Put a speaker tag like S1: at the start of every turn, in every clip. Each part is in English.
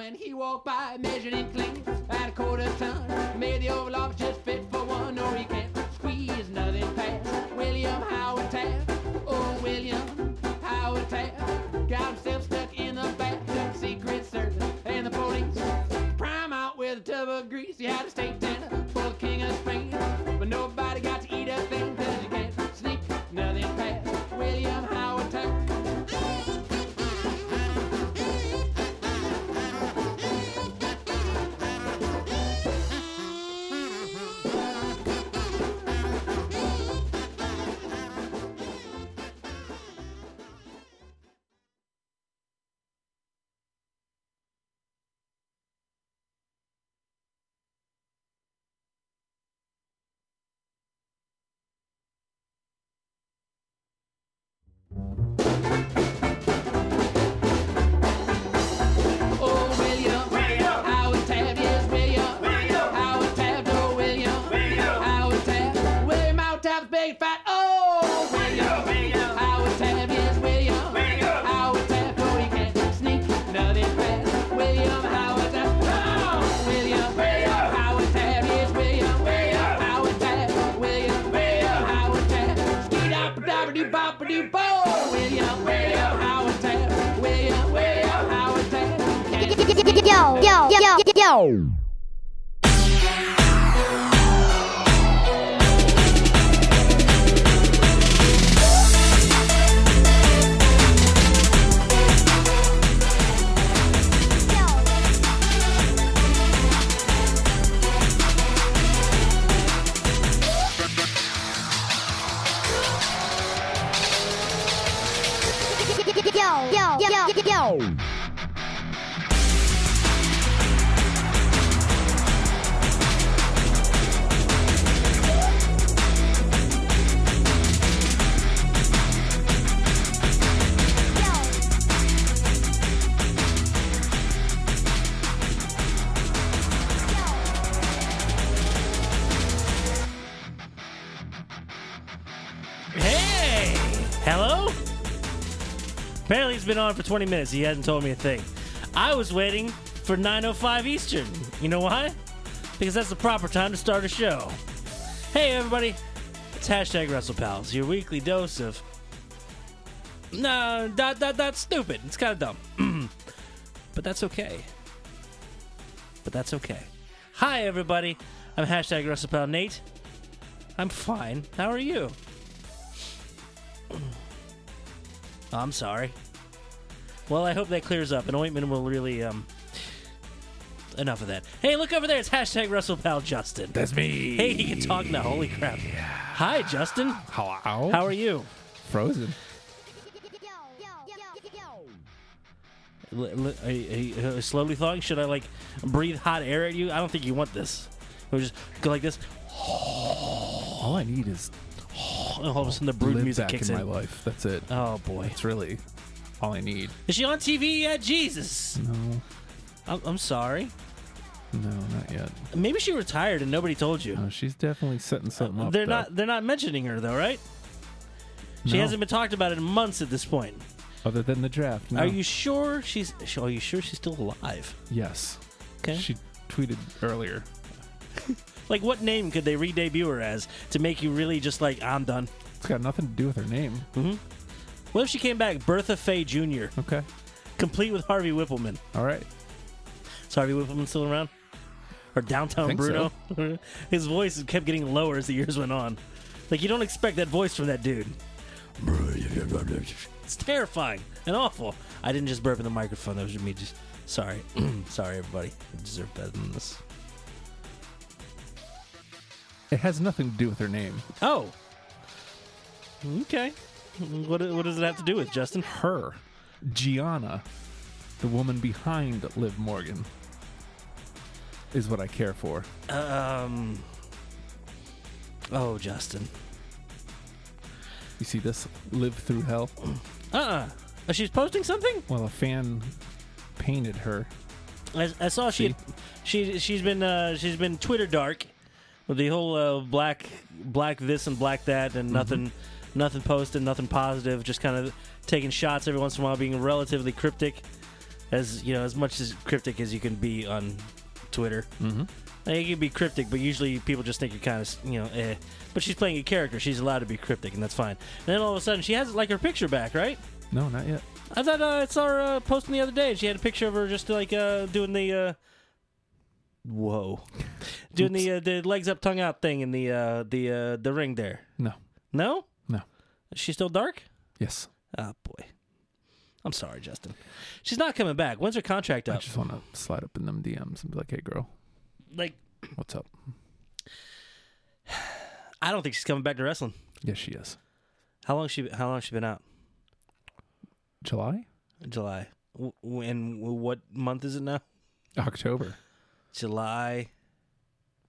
S1: And he walked by, measured and clean at a quarter ton. Made the Oval Office just fit for one, or he can't squeeze nothing past. William Howard Taft, oh William Howard Taft, got himself stuck in the back of the Secret Service and the police. Prime out with a tub of grease, he had a state dinner for the King of Spain, but nobody got to eat a thing 'cause you can't sneak nothing past. William Howard Taft. Oh, William.
S2: William.
S1: Howard Taft, yes, William.
S2: William.
S1: Howard Taft, oh, William.
S2: William.
S1: Howard Taft. William Howard Taft's big fat, oh, William. Howard Taft, yes, William.
S2: William.
S1: Howard Taft, oh, he can't sneak nothing past. William Howard Taft, oh, William.
S2: William.
S1: Howard Taft, yes, William.
S2: William.
S1: Howard Taft, William.
S2: William.
S1: Howard Taft. Skeet up, dabbity, boppity, bo, William.
S2: William.
S1: Howard Taft, William.
S2: William.
S1: Howard Taft. Can't
S3: yo, yo, yo, yo. Yo, yo, yo, yo, yo.
S4: Hey! Hello? Apparently he's been on for 20 minutes. He hasn't told me a thing. I was waiting for 9.05 Eastern. You know why? Because that's the proper time to start a show. Hey, everybody. It's hashtag WrestlePals, your weekly dose of... No, that, that, that's stupid. It's kind of dumb. but that's okay. But that's okay. Hi, everybody. I'm hashtag WrestlePal Nate. I'm fine. How are you? I'm sorry. Well, I hope that clears up. An ointment will really, um. Enough of that. Hey, look over there. It's hashtag RussellPal Justin.
S5: That's me.
S4: Hey, he can talk now. Holy crap. Hi, Justin.
S5: Hello.
S4: How are you?
S5: Frozen.
S4: L- l- are you- are you, uh, slowly thawing? Should I, like, breathe hot air at you? I don't think you want this. We'll just go like this.
S5: All I need is
S4: And all of a sudden, the brood
S5: live
S4: music
S5: back
S4: kicks
S5: in,
S4: in.
S5: my life. That's it.
S4: Oh, boy.
S5: That's really all I need.
S4: Is she on TV yet? Jesus.
S5: No,
S4: I'm, I'm sorry.
S5: no, not yet.
S4: Maybe she retired and nobody told you.
S5: No, she's definitely setting something Uh, up.
S4: They're
S5: though.
S4: not. They're not mentioning her though, right? She
S5: No.
S4: hasn't been talked about in months at this point.
S5: Other than the draft. No.
S4: Are you sure she's? sh- Are you sure she's still alive?
S5: Yes.
S4: Okay.
S5: She tweeted earlier.
S4: like, what name could they re-debut her as to make you really just like, I'm done?
S5: It's got nothing to do with her name.
S4: What if she came back, Bertha Faye Jr.,
S5: Okay.
S4: complete with Harvey Whippleman?
S5: All right.
S4: Is Harvey Whippleman still around? Or Downtown
S5: think
S4: Bruno? His voice kept getting lower as the years went on. Like, you don't expect that voice from that dude. It's terrifying and awful. I didn't just burp in the microphone. That was me just. Sorry. sorry, everybody. I deserve better than this.
S5: It has nothing to do with her name.
S4: Oh. Okay. What, what does it have to do with, Justin?
S5: Her. Gianna, the woman behind Liv Morgan, is what I care for.
S4: Um. Oh, Justin.
S5: You see this? Live through hell.
S4: Uh uh She's posting something?
S5: Well, a fan painted her.
S4: I, I saw she, she she's been uh, she's been Twitter dark with the whole uh, black black this and black that and nothing nothing posted nothing positive just kind of taking shots every once in a while being relatively cryptic as you know, as much as cryptic as you can be on Twitter. Mm-hmm. Like, you can be cryptic, but usually people just think you're kind of you know. Eh. But she's playing a character; she's allowed to be cryptic, and that's fine. And then all of a sudden, she has like her picture back, right?
S5: No, not yet.
S4: I thought uh, I saw her uh, posting the other day. and She had a picture of her just like uh, doing the uh, whoa, doing the uh, the legs up, tongue out thing in the uh, the uh, the ring there.
S5: No,
S4: No,
S5: no.
S4: is she still dark?
S5: Yes.
S4: Oh boy, I'm sorry, Justin. She's not coming back. When's her contract
S5: I
S4: up?
S5: just want to slide up in them DMs and be like, "Hey, girl,
S4: Like,
S5: what's up?"
S4: I don't think she's coming back to wrestling.
S5: Yes, she is.
S4: How long she How long she been out?
S5: July,
S4: July. W- When? What month is it now?
S5: October.
S4: July.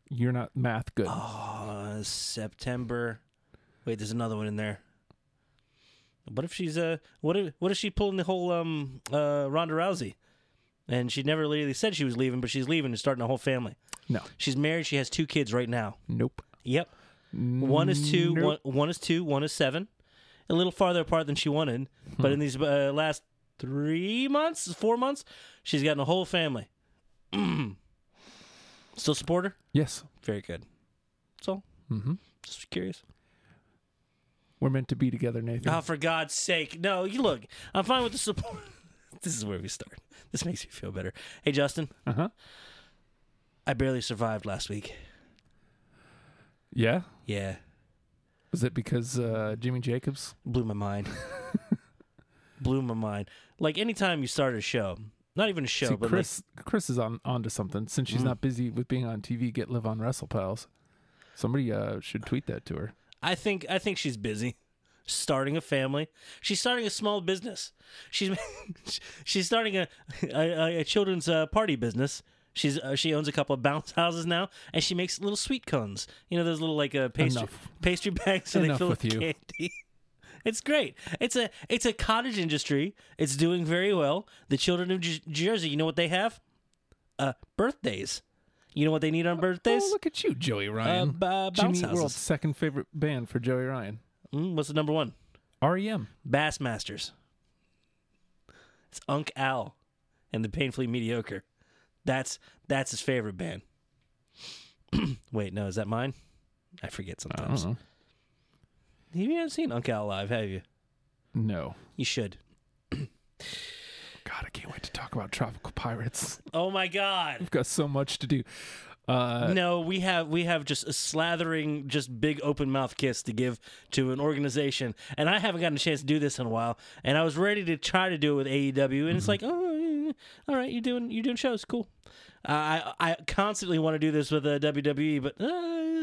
S5: You're not math good.
S4: Uh, September. Wait, there's another one in there. What if she's uh what if what if she pulling the whole um uh Ronda Rousey? And she never really said she was leaving, but she's leaving and starting a whole family.
S5: No.
S4: She's married, she has two kids right now.
S5: Nope.
S4: Yep. One is two,
S5: Nope.
S4: one, one is two, one is seven. A little farther apart than she wanted,
S5: Hmm.
S4: but in these uh, last 3 months, 4 months, she's gotten a whole family. Still support her?
S5: Yes.
S4: Very good. That's all.
S5: Mm-hmm.
S4: Just curious.
S5: We're meant to be together, Nathan.
S4: Oh, for God's sake. No, you look, I'm fine with the support. this is where we start. This makes me feel better. Hey, Justin,
S5: Uh huh.
S4: I barely survived last week.
S5: Yeah.
S4: Yeah,
S5: Was it because uh, Jimmy Jacobs?
S4: blew my mind. blew my mind. Like, anytime you start a show, not even a show,
S5: See,
S4: but
S5: Chris, Chris is on onto something. Since she's not busy with being on TV, get live on Wrestle Pals. Somebody uh, should tweet that to her.
S4: like, I think I think she's busy starting a family. She's starting a small business. She's she's starting a a, a children's uh, party business. She's uh, she owns a couple of bounce houses now, and she makes little sweet cones. You know those little like uh, pastry
S5: Enough.
S4: pastry bags so they
S5: Enough
S4: fill with
S5: with you.
S4: candy. It's great. It's a it's a cottage industry. It's doing very well. The children of J- Jersey, you know what they have? Uh, birthdays. You know what they need on birthdays?
S5: Oh, look at you, Joey
S4: uh,
S5: Ryan.
S4: b- bounce
S5: Jimmy Eat
S4: houses.
S5: World's second favorite band for Joey Ryan. E
S4: Mm, what's the number one?
S5: REM.
S4: Bassmasters. It's Unc Al and the Painfully Mediocre. That's that's his favorite band. Wait, no, is that mine? I forget
S5: I
S4: sometimes.
S5: don't know.
S4: You haven't seen Unc Al live, have you?
S5: No.
S4: You should.
S5: God, I can't wait to talk about Tropical Pirates.
S4: Oh my God!
S5: We've got so much to do. Uh,
S4: no, we have we have just a slathering, just big open mouth kiss to give to an organization, and I haven't gotten a chance to do this in a while. And I was ready to try to do it with AEW, and it's like, oh, eh, all right, you're doing you're doing shows, cool. Uh, I I constantly want to do this with uh, WWE, but uh,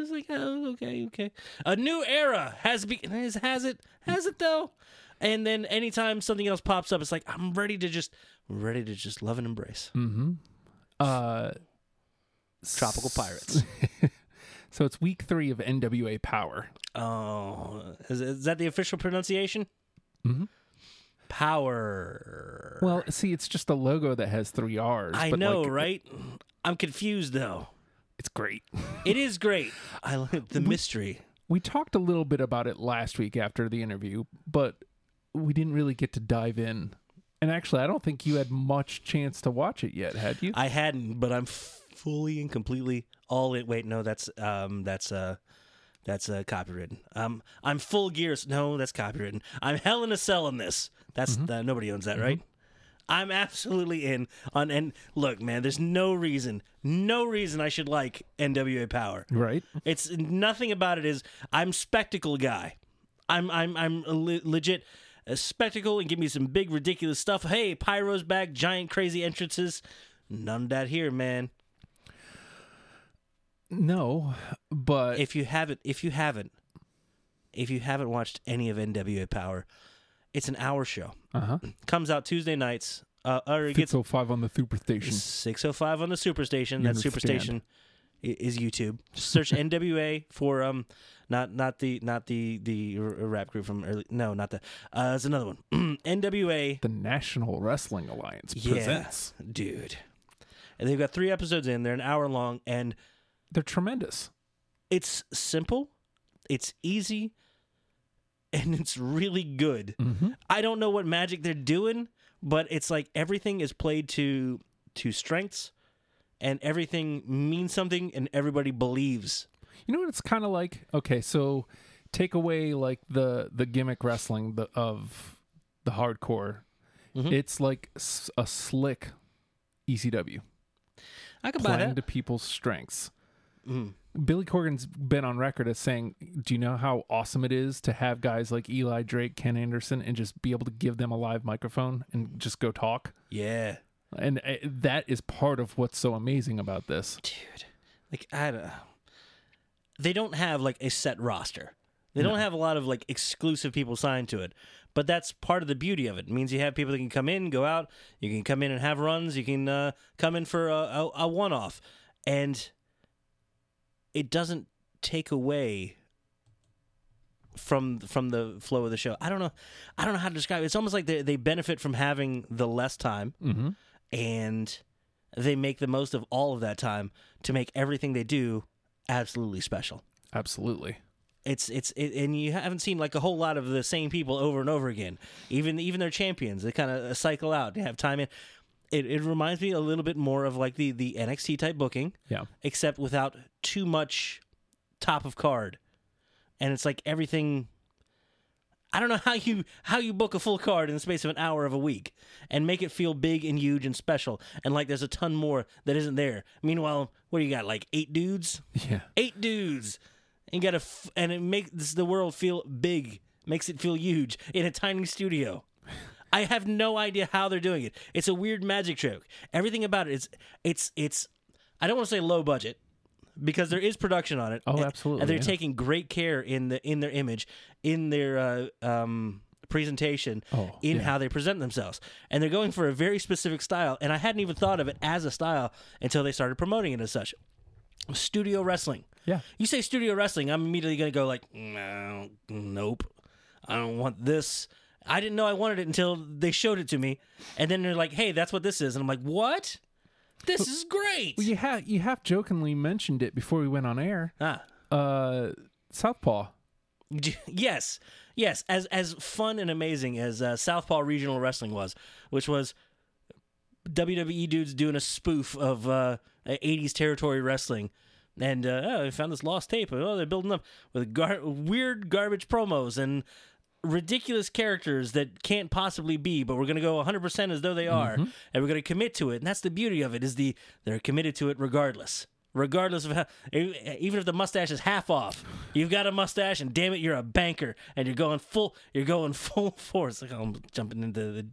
S4: it's like, oh, okay, okay. A new era has be has, has it has it though. And then anytime something else pops up, it's like I'm ready to just ready to just love and embrace
S5: uh,
S4: tropical pirates.
S5: so it's week three of NWA Power.
S4: Oh, is, is that the official pronunciation? Mm-hmm. Power.
S5: Well, see, it's just a logo that has three R's.
S4: I
S5: but,
S4: know,
S5: like,
S4: right? I'm confused though.
S5: It's great.
S4: It is great. I like the mystery.
S5: We talked a little bit about it last week after the interview, but we didn't really get to dive in. And actually, I don't think you had much chance to watch it yet, had you?
S4: I hadn't, but I'm fully and completely all in. Wait, no, that's um, that's uh, that's uh, copywritten. Um, I'm full gears. No, that's copywritten. I'm hell in a cell on this. That's uh, nobody owns that, right? I'm absolutely in on. And look, man, there's no reason, no reason I should like NWA Power.
S5: right.
S4: It's nothing about it is I'm spectacle guy. I'm I'm I'm a le- legit a spectacle and give me some big ridiculous stuff. Hey, pyro's back, giant crazy entrances. None of that here, man.
S5: No, but
S4: If you haven't, if you haven't, if you haven't watched any of NWA Power, it's an hour show.
S5: uh huh.
S4: Comes out Tuesday nights. Uh, or it gets
S5: Pixel oh five on the superstation.
S4: 605 on the Superstation. That Superstation
S5: understand.
S4: i- is YouTube. Just search NWA for um not not the not the the r- rap group from early no, not the uh it's another one. NWA
S5: The National Wrestling Alliance
S4: yeah,
S5: presents.
S4: dude. And they've got 3 episodes in. They're an hour long and
S5: They're tremendous.
S4: it's simple, it's Mm-hmm. easy, and it's really good. I don't know what magic they're doing, but it's like everything is played to to strengths and everything means something and everybody believes
S5: You know what it's kind of like? Okay, so take away like the the gimmick wrestling the, of the hardcore.
S4: Mm-hmm.
S5: It's like s- a slick ECW
S4: i could buy
S5: playing
S4: that
S5: to people's strengths.
S4: Mm.
S5: Billy Corgan's been on record as saying, "Do you know how awesome it is to have guys like Eli Drake, Ken Anderson, and just be able to give them a live microphone and just go talk?"
S4: yeah
S5: And uh, that is part of what's so amazing about this.
S4: dude like i don't they don't have like a set roster they don't have a lot of like exclusive people signed to it but that's part of the beauty of it. it means you have people that can come in go out you can come in and have runs you can uh, come in for a, a, a one-off and it doesn't take away from from the flow of the show i don't know i don't know how to describe it it's almost like they, they benefit from having the less time
S5: Mm-hmm.
S4: and they make the most of all of that time to make everything they do absolutely special.
S5: Absolutely.
S4: It's it's it, and you haven't seen like a whole lot of the same people over and over again. Even even their champions, they kind of cycle out. They have time in. It, it reminds me a little bit more of like the the NXT type booking,
S5: Yeah.
S4: except without too much top of card. And it's like everything I don't know how you how you book a full card in the space of an hour of a week and make it feel big and huge and special and like there's a ton more that isn't there. Meanwhile, what do you got like eight dudes?
S5: Yeah.
S4: Eight dudes. And you got a f- and it makes the world feel big, makes it feel huge in a tiny studio. I have no idea how they're doing it. It's a weird magic trick. Everything about it is it's it's I don't want to say low budget because there is production on it.
S5: Oh,
S4: and-
S5: absolutely,
S4: And they're
S5: yeah.
S4: taking great care in the in their image, in their uh, um, presentation,
S5: Oh,
S4: in
S5: yeah.
S4: how they present themselves. And they're going for a very specific style. And I hadn't even thought of it as a style until they started promoting it as such. Studio wrestling.
S5: Yeah.
S4: You say studio wrestling, I'm immediately going to go like, no, nope, I don't want this. I didn't know I wanted it until they showed it to me, and then they're like, "Hey, that's what this is," and I'm like, "What? This is great."
S5: You have you half jokingly mentioned it before we went on air.
S4: Ah,
S5: Uh, Southpaw.
S4: d- yes, yes. As as fun and amazing as uh, Southpaw Regional Wrestling was, which was WWE dudes doing a spoof of uh, '80s territory wrestling. And uh, oh, we found this lost tape. Oh, they're building up with gar- weird garbage promos and ridiculous characters that can't possibly be, but we're going to go 100% as though they are, and we're going to commit to it. And that's the beauty of it is the they're committed to it regardless. Regardless of how, e- even if the mustache is half off, you've got a mustache, and damn it, you're a banker, and you're going full, you're going full force. Like I'm jumping into the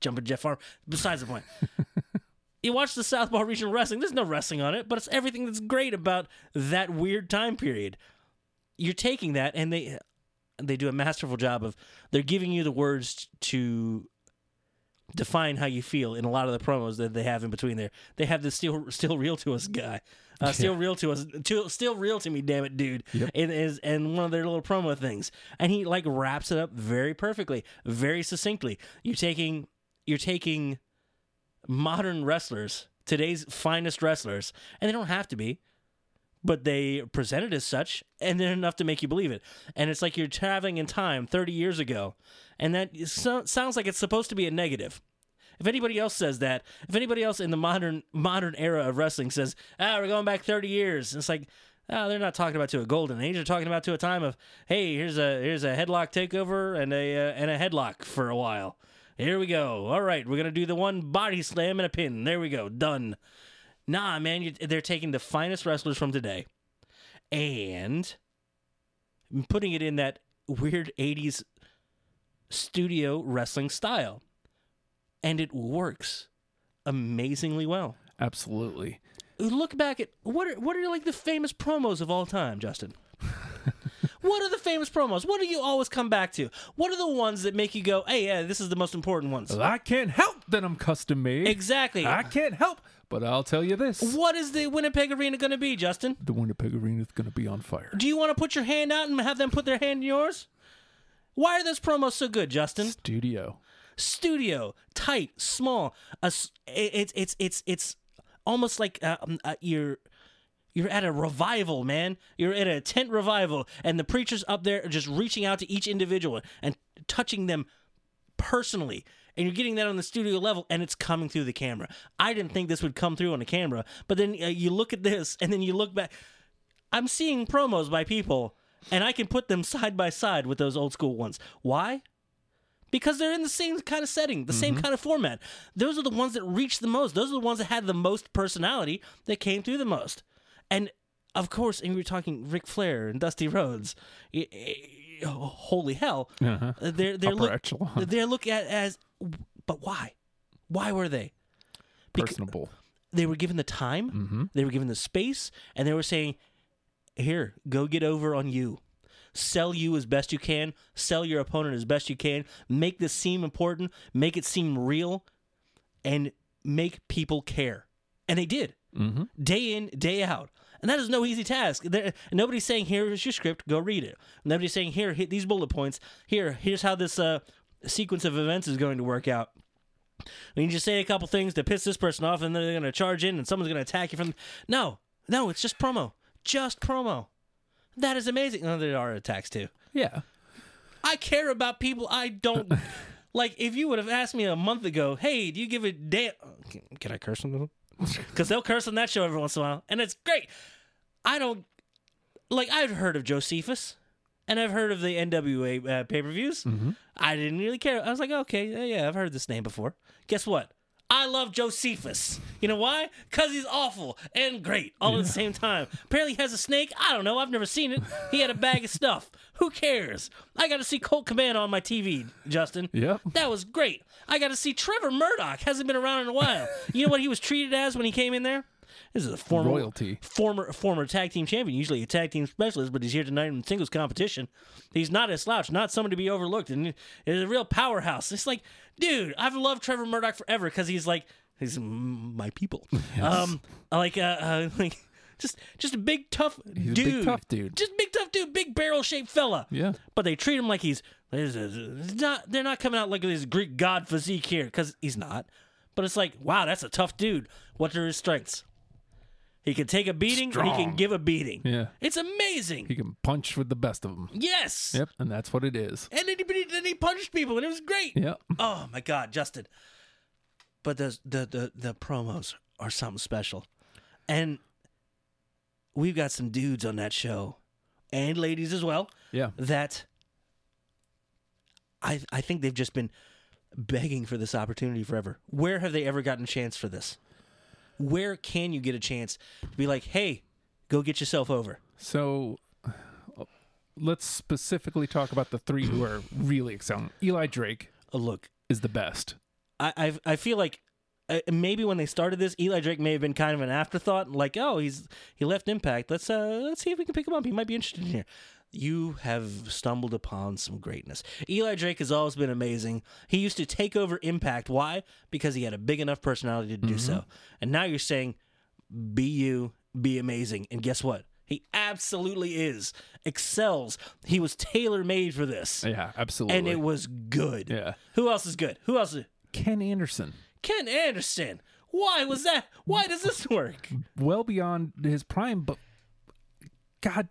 S4: jumping Jeff Farm. Besides the point, you watch the Southpaw Regional Wrestling. There's no wrestling on it, but it's everything that's great about that weird time period. You're taking that, and they they do a masterful job of they're giving you the words to define how you feel in a lot of the promos that they have in between there. They have this still still real to us guy, uh, still real to us, to, still real to me, damn it, dude. And is and one of their little promo things, and he like wraps it up very perfectly, very succinctly. You're taking you're taking modern wrestlers, today's finest wrestlers, and they don't have to be, but they present it as such, and they're enough to make you believe it. And it's like you're traveling in time 30 years ago, and that is- so- sounds like it's supposed to be a negative. If anybody else says that, if anybody else in the modern modern era of wrestling says, "Ah, we're going back 30 years," it's like, ah, they're not talking about to a golden age. They're talking about to a time of, hey, here's a here's a headlock takeover and a uh, and a headlock for a while. Here we go. All right, we're gonna do the one body slam and a pin. There we go. Done. Nah, man, you they're taking the finest wrestlers from today, and putting it in that weird 80s studio wrestling style. And it works amazingly well.
S5: Absolutely.
S4: Look back at what are what are like the famous promos of all time, Justin? what are the famous promos? What do you always come back to? What are the ones that make you go, "Hey, yeah, this is the most important ones."
S5: I can't help that I'm custom made.
S4: Exactly.
S5: I can't help, but I'll tell you this:
S4: What is the Winnipeg Arena going to be, Justin?
S5: the Winnipeg Arena is going to be on fire.
S4: Do you want to put your hand out and have them put their hand in yours? Why are those promos so good, Justin?
S5: Studio.
S4: studio, tight, small. A s- it- it's it's it's it's almost like uh, um, uh, you're you're at a revival, man. You're at a tent revival, and the preachers up there are just reaching out to each individual and touching them personally. and you're getting that on the studio level, and it's coming through the camera. I didn't think this would come through on the camera, but then uh, you look at this, and then you look back. I'm seeing promos by people, and I can put them side by side with those old school ones. Why? Because they're in the same kind of setting, the same kind of format. Those are the ones that reached the most. Those are the ones that had the most personality that came through the most. And of course, and we were talking Ric Flair and Dusty Rhodes. Y- y- holy hell!
S5: Uh-huh.
S4: They're they're
S5: Upper
S4: look,
S5: echelon.
S4: they're looked at as, but why? Why were they? Bec-
S5: Personable.
S4: they were given the time, they were given the space, and they were saying, "Here, go get over on you. Sell you as best you can. Sell your opponent as best you can. Make this seem important. Make it seem real, and make people care." And they did, mm-hmm. day in, day out. And that is no easy task. There, nobody's saying, "Here is your script. Go read it." Nobody's saying, "Here, hit these bullet points. Here, here's how this uh, sequence of events is going to work out." We need you to say a couple things to piss this person off, and then they're going to charge in, and someone's going to attack you from. No, no, it's just promo, just promo. That is amazing. No, there are attacks too.
S5: Yeah.
S4: I care about people. I don't like. If you would have asked me a month ago, hey, do you give a damn? Can, can I curse on them? Because they'll curse on that show every once in a while, and it's great. I don't like. I've heard of Josephus, and I've heard of the NWA uh, pay per views. I didn't really care. I was like, okay, yeah, yeah, I've heard this name before. Guess what? I love Josephus. You know why? Because he's awful and great all at the same time. Apparently, he has a snake. I don't know. I've never seen it. He had a bag of stuff. Who cares? I got to see Colt Command on my TV, Justin.
S5: Yep.
S4: That was great. I got to see Trevor Murdoch. Hasn't been around in a while. you know what he was treated as when he came in there? This is a former
S5: Royalty.
S4: former former tag team champion, usually a tag team specialist, but he's here tonight in singles competition. He's not a slouch, not someone to be overlooked, and is a real powerhouse. It's like, dude, I've loved Trevor Murdoch forever because he's like he's m- my people. Um, I like uh, uh like just just a big tough
S5: a big
S4: dude,
S5: tough dude.
S4: just big tough dude, big barrel shaped fella.
S5: Yeah.
S4: but they treat him like he's. this is- it's not, they're not coming out like this Greek god physique here because he's not. But it's like, wow, that's a tough dude. What are his strengths? He can take a beating and he can
S5: Strong.
S4: give a beating.
S5: Yeah.
S4: It's amazing.
S5: He can punch with the best of them.
S4: yes.
S5: Yep. And that's what it is.
S4: And then he, then he punched people and it was great.
S5: Yep.
S4: Oh my God, Justin. But the, the the the promos are something special, and we've got some dudes on that show, and ladies as well.
S5: Yeah.
S4: That I I think they've just been begging for this opportunity forever. Where have they ever gotten a chance for this? Where can you get a chance to be like, hey, go get yourself over?
S5: So uh, let's specifically talk about the three who are really excelling. Eli Drake
S4: Oh, look,
S5: is the best.
S4: I I've, I feel like uh, maybe when they started this, Eli Drake may have been kind of an afterthought, like oh he's he left Impact. Let's uh let's see if we can pick him up. He might be interested in here. You have stumbled upon some greatness. Eli Drake has always been amazing. He used to take over Impact. Why? Because he had a big enough personality to do
S5: Mm-hmm.
S4: so. And now you're saying, be you, be amazing. And guess what? He absolutely is. Excels. He was tailor made for this.
S5: Yeah, absolutely.
S4: And it was good.
S5: Yeah.
S4: Who else is good? Who else is
S5: Ken Anderson,
S4: Ken Anderson. Why was that? Why does this work?
S5: well beyond his prime, but God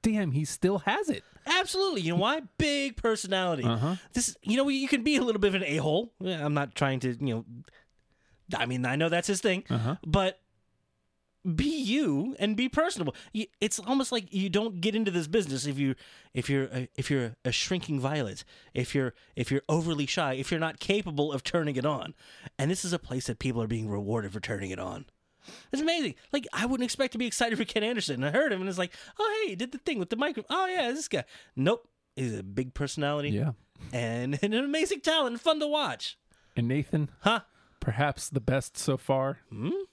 S5: damn, he still has it.
S4: Absolutely. You know why? Big personality. This, you know, you can be a little bit of an a hole. I'm not trying to, you know. I mean, I know that's his thing, but be you and be personable. You- It's almost like you don't get into this business if you if you're a, if you're a shrinking violet, if you're if you're overly shy, if you're not capable of turning it on. And this is a place that people are being rewarded for turning it on. It's amazing. Like I wouldn't expect to be excited for Ken Anderson. And I heard him and it's like, oh hey, he did the thing with the micro. Oh yeah, this guy. Nope, he's a big personality.
S5: Yeah.
S4: and, and an amazing talent, and fun to watch.
S5: And Nathan,
S4: Huh?
S5: perhaps the best so far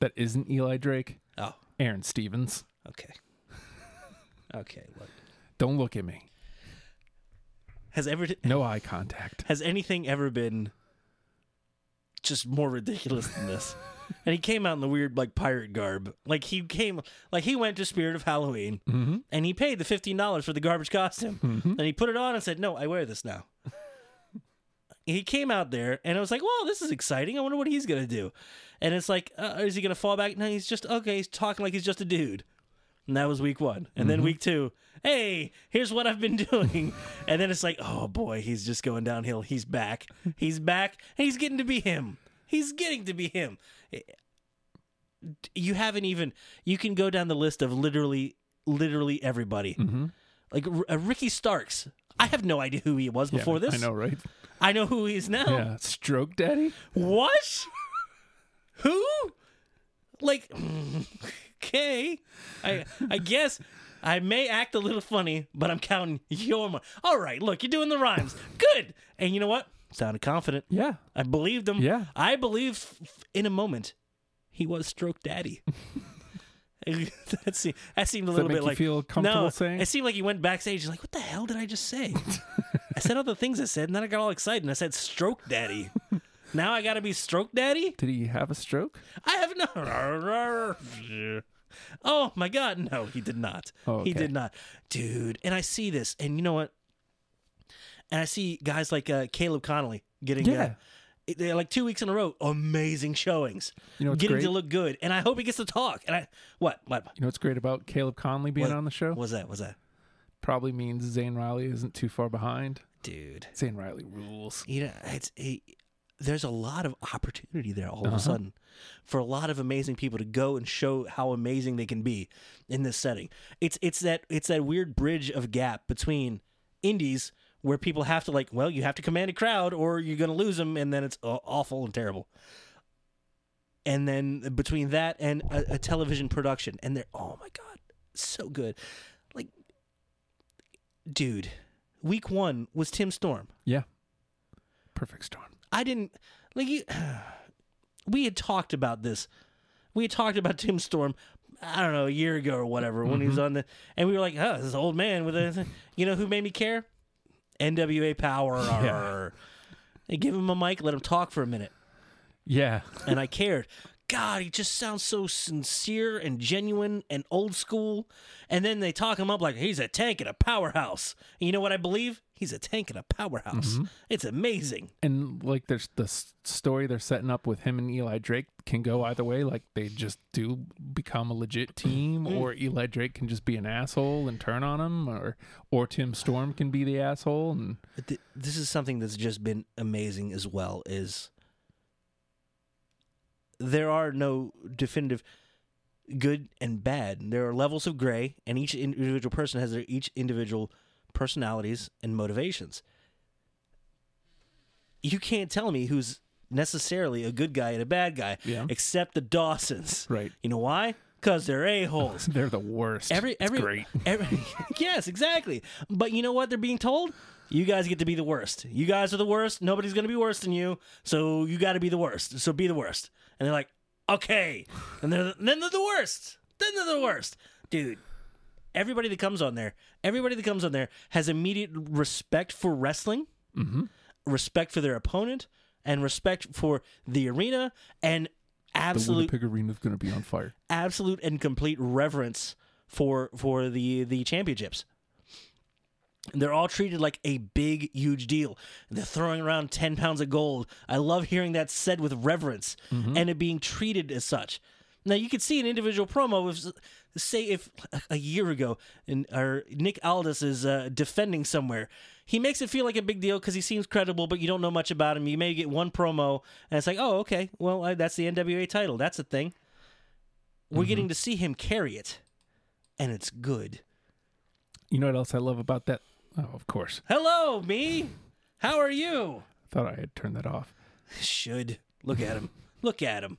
S5: that isn't Eli Drake,
S4: Oh,
S5: Aaron Stevens.
S4: okay. okay. Look.
S5: Don't look at me.
S4: Has ever
S5: No eye contact.
S4: has anything ever been just more ridiculous than this? and he came out in the weird like pirate garb. Like he came like he went to Spirit of Halloween and he paid the fifteen dollars for the garbage costume. And he put it on and said, No, I wear this now. he came out there and I was like, Wow, this is exciting. I wonder what he's gonna do. And it's like, uh, is he gonna fall back? No, he's just okay, he's talking like he's just a dude. And that was week one. And
S5: Mm-hmm.
S4: then week two, hey, here's what I've been doing. and then it's like, oh boy, he's just going downhill. He's back. He's back. And he's getting to be him. He's getting to be him. Eh, You haven't even, you can go down the list of literally, literally everybody.
S5: Mm-hmm.
S4: Like uh, Ricky Starks. I have no idea who he was
S5: Yeah,
S4: before this.
S5: I know, right?
S4: I know who he is now.
S5: Yeah, stroke daddy.
S4: What? Who? Like, okay. I I guess I may act a little funny, but I'm counting your money. All right, look, you're doing the rhymes. Good. And you know what? Sounded confident.
S5: Yeah,
S4: I believed him.
S5: Yeah.
S4: I believe f- in a moment he was stroke daddy. that, seemed, that seemed a little
S5: make
S4: bit
S5: you
S4: like
S5: feel comfortable
S4: no,
S5: saying?
S4: It seemed like he went backstage. He's like, "What the hell did I just say?" I said all the things I said, and then I got all excited and I said, "Stroke daddy." now I got to be stroke daddy.
S5: did he have a stroke?
S4: I have no. Oh my God! No, he did not.
S5: Oh,
S4: He
S5: okay.
S4: did not, dude. And I see this, and you know what? And I see guys like uh, Caleb Connolly getting
S5: Yeah.
S4: uh, they're like two weeks in a row, amazing showings.
S5: You know what's
S4: getting to
S5: great?
S4: look good, and I hope he gets to talk. And I what what
S5: You know what's great about Caleb Conley being
S4: What?
S5: on the show?
S4: was that? Was that
S5: Probably means Zane Riley isn't too far behind.
S4: dude?
S5: Zane Riley rules.
S4: You know, it's he, there's a lot of opportunity there all of a sudden for a lot of amazing people to go and show how amazing they can be in this setting. It's it's that it's that weird bridge of gap between indies where people have to like, well, you have to command a crowd or you're going to lose them, and then it's aw- awful and terrible. And then between that and a, a television production, and they're oh my god, so good, like, dude. Week one was Tim Storm.
S5: Yeah, perfect storm.
S4: I didn't like you. We had talked about this. We had talked about Tim Storm. I don't know a year ago or whatever when he was on the, and we were like, "Oh, this old man with a," you know, who made me care? NWA Power. They give him a mic, let him talk for a minute,
S5: Yeah,
S4: and I cared. God, he just sounds so sincere and genuine and old school. And then they talk him up like he's a tank and a powerhouse. And you know what I believe? He's a tank and a powerhouse. It's amazing.
S5: and like there's the s- story they're setting up with him and Eli Drake can go either way. Like they just do become a legit team,
S4: Mm.
S5: or Eli Drake can just be an asshole and turn on him, or or Tim Storm can be the asshole. And
S4: But th- this is something that's just been amazing as well is there are no definitive good and bad there are levels of gray and each individual person has their each individual personalities and motivations you can't tell me who's necessarily a good guy and a bad guy
S5: Yeah.
S4: except the dawsons
S5: Right.
S4: you know why because they're a-holes
S5: they're the worst.
S4: Every
S5: It's
S4: every,
S5: great.
S4: every- yes, exactly. But you know what they're being told? You guys get to be the worst. You guys are the worst. Nobody's gonna be worse than you. So you got to be the worst. So be the worst. And they're like, okay. And they're then they're the worst. Then they're the worst, dude. Everybody that comes on there, everybody that comes on there has immediate respect for wrestling,
S5: Mm-hmm.
S4: respect for their opponent, and respect for the arena, and
S5: The
S4: absolute
S5: Winnipeg Arena's gonna be on fire.
S4: absolute and complete reverence for for the the championships. They're all treated like a big, huge deal. They're throwing around ten pounds of gold. I love hearing that said with reverence and it being treated as such. Now you could see an individual promo if, say, if a year ago, and or Nick Aldis is uh, defending somewhere, he makes it feel like a big deal because he seems credible, but you don't know much about him. You may get one promo, and it's like, oh, okay, well, I, that's the NWA title. That's a thing we're getting to see him carry it and it's good
S5: You know what else I love about that? Oh, of course.
S4: hello me how are you
S5: Thought I had turned that off.
S4: should look at him look at him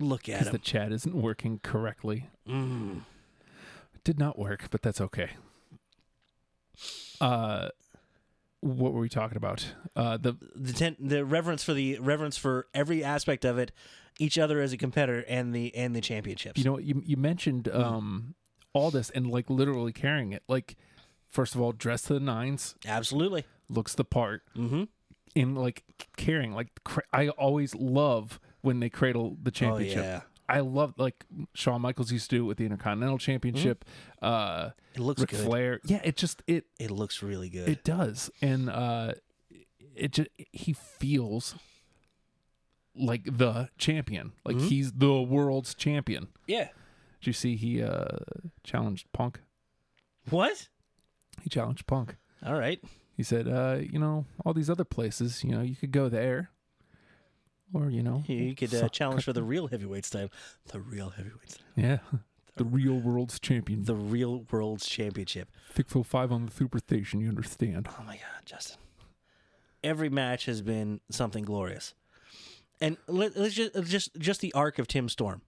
S4: look at
S5: Because
S4: him
S5: the chat isn't working correctly.
S4: Mm.
S5: Did not work, but that's okay. Uh, what were we talking about? Uh, the
S4: the, ten, the reverence for the reverence for every aspect of it each other as a competitor and the and the championships
S5: you know what, you you mentioned
S4: Hmm.
S5: um all this and like literally carrying it. Like first of all, dress to the nines,
S4: absolutely Oh,
S5: looks the part, mm-hmm. and like carrying. Like cra- I always love when they cradle the championship.
S4: Oh, yeah.
S5: I love like Shawn Michaels used to do it with the Intercontinental Championship. Uh,
S4: it looks
S5: Ric
S4: Hmm. good
S5: Flair. Yeah, it just it
S4: it looks really good
S5: It does, and uh, it just he feels like the champion, like he's the world's champion,
S4: yeah
S5: Did you see he uh, challenged Punk?
S4: What?
S5: He challenged Punk.
S4: All right.
S5: He said, uh, you know, all these other places, you know, you could go there. Or, you know,
S4: You could uh,
S5: fuck-
S4: challenge for the real heavyweights title. The real heavyweights. title.
S5: Yeah. The real world's champion. The
S4: The real world's championship.
S5: Thickful 5 on the Superstation, you understand.
S4: Oh my God, Justin. Every match has been something glorious. And let, let's just, just just the arc of Tim Storm.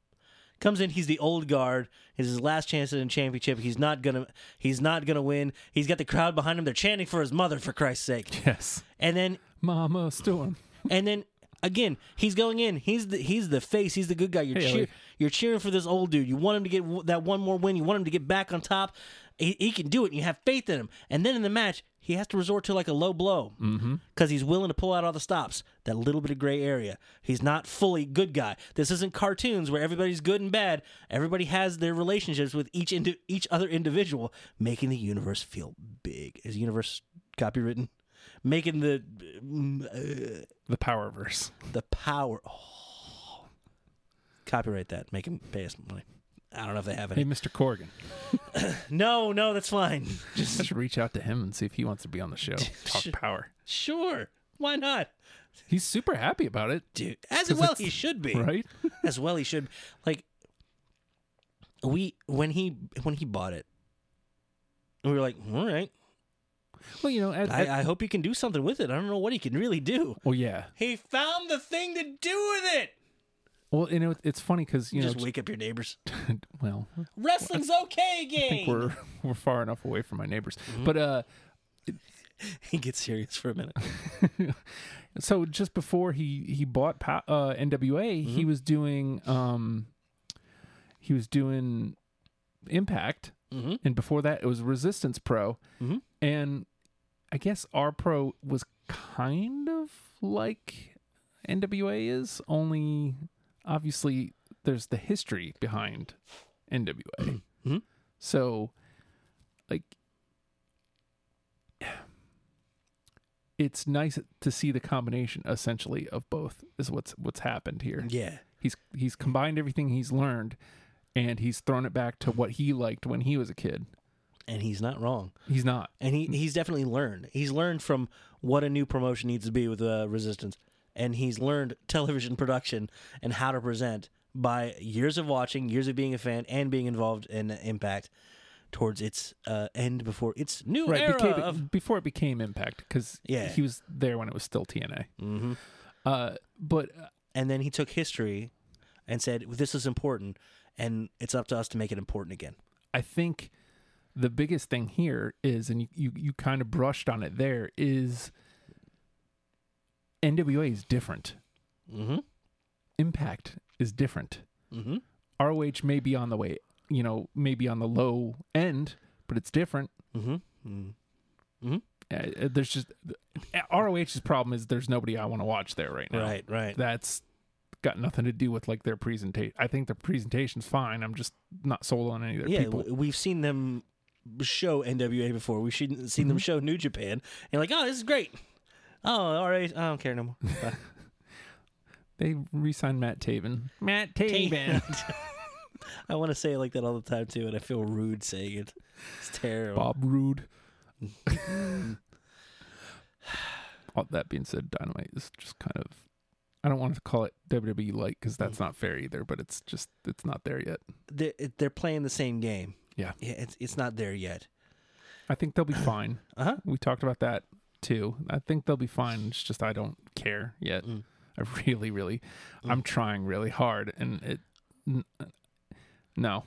S4: Comes in, he's the old guard. It's his last chance at a championship. He's not gonna he's not gonna win. He's got the crowd behind him. They're chanting for his mother, for Christ's sake.
S5: Yes.
S4: And then
S5: Mama Storm.
S4: and then again, he's going in. He's the he's the face. He's the good guy. You're
S5: Hey,
S4: cheer,
S5: Ellie.
S4: you're cheering for this old dude. You want him to get w- that one more win. You want him to get back on top. He, he can do it. And you have faith in him. And then in the match, he has to resort to like a low blow because he's willing to pull out all the stops. That little bit of gray area. He's not fully good guy. This isn't cartoons where everybody's good and bad. Everybody has their relationships with each indi- each other individual, making the universe feel big. Is universe copywritten? Making the mm, uh,
S5: The Power Verse.
S4: the power. Oh. Copyright that. Make him pay us money. I don't know if they have
S5: Hey,
S4: any.
S5: Mr. Corgan.
S4: No, no, that's fine.
S5: Just reach out to him and see if he wants to be on the show. Talk power.
S4: Sure. Why not?
S5: He's super happy about it,
S4: Dude, as
S5: 'Cause
S4: well
S5: it's-
S4: he should be.
S5: right?
S4: As well he should. Like we when he when he bought it, we were like, all right.
S5: Well, you know, at, at-
S4: I, uh, I hope he can do something with it. I don't know what he can really do.
S5: well, yeah.
S4: He found the thing to do with it.
S5: Well, you know, it's funny because you
S4: Just
S5: know,
S4: wake up your neighbors.
S5: well,
S4: Wrestling's okay again.
S5: I think we're we're far enough away from my neighbors,
S4: Mm-hmm.
S5: but uh,
S4: He gets serious for a minute.
S5: so just before he he bought pa- uh, NWA,
S4: Mm-hmm.
S5: he was doing um, he was doing Impact,
S4: Mhm.
S5: and before that it was Resistance Pro,
S4: Mhm.
S5: and I guess our Pro was kind of like NWA is, only obviously there's the history behind NWA,
S4: Mhm.
S5: so like it's nice to see the combination essentially of both is what's what's happened here.
S4: Yeah.
S5: He's he's combined everything he's learned and he's thrown it back to what he liked when he was a kid.
S4: and he's not wrong.
S5: He's not.
S4: And he, he's definitely learned. He's learned from what a new promotion needs to be with uh, Resistance, and he's learned television production and how to present by years of watching, years of being a fan, and being involved in Impact towards its uh, end before its new era
S5: became,
S4: of
S5: before it became Impact cuz
S4: Yeah.
S5: he was there when it was still TNA. Mm-hmm. Uh but uh,
S4: and then he took history and said this is important, and it's up to us to make it important again.
S5: I think the biggest thing here is and you you, you kind of brushed on it there is NWA is different.
S4: Mm-hmm.
S5: Impact is different.
S4: Mm-hmm.
S5: ROH may be on the way, you know, maybe on the low end, but it's different.
S4: Mm-hmm.
S5: Uh, Uh, there's just uh, ROH's problem is there's nobody I want to watch there right now.
S4: Right. Right.
S5: That's got nothing to do with like their presentation. I think their presentation's fine. I'm just not sold on any of their
S4: yeah,
S5: people.
S4: w- we've seen them show NWA before. We've seen, seen
S5: Mm-hmm.
S4: them show New Japan. And like, oh, this is great. Oh, all right. I don't care no more. Bye.
S5: They re-signed Matt Taven. Matt Taven.
S4: I want to say it like that all the time too, and I feel rude saying it. It's terrible.
S5: Bob Roode. All that being said, Dynamite is just kind of. I don't want to call it WWE light because that's not fair either, but it's just it's not there yet.
S4: They're, it- they're playing the same game.
S5: Yeah.
S4: yeah it's it's not there yet.
S5: I think they'll be fine.
S4: Uh-huh.
S5: We talked about that too. I think they'll be fine. It's just I don't care yet. I really, really, I'm trying really hard, and it. N- no,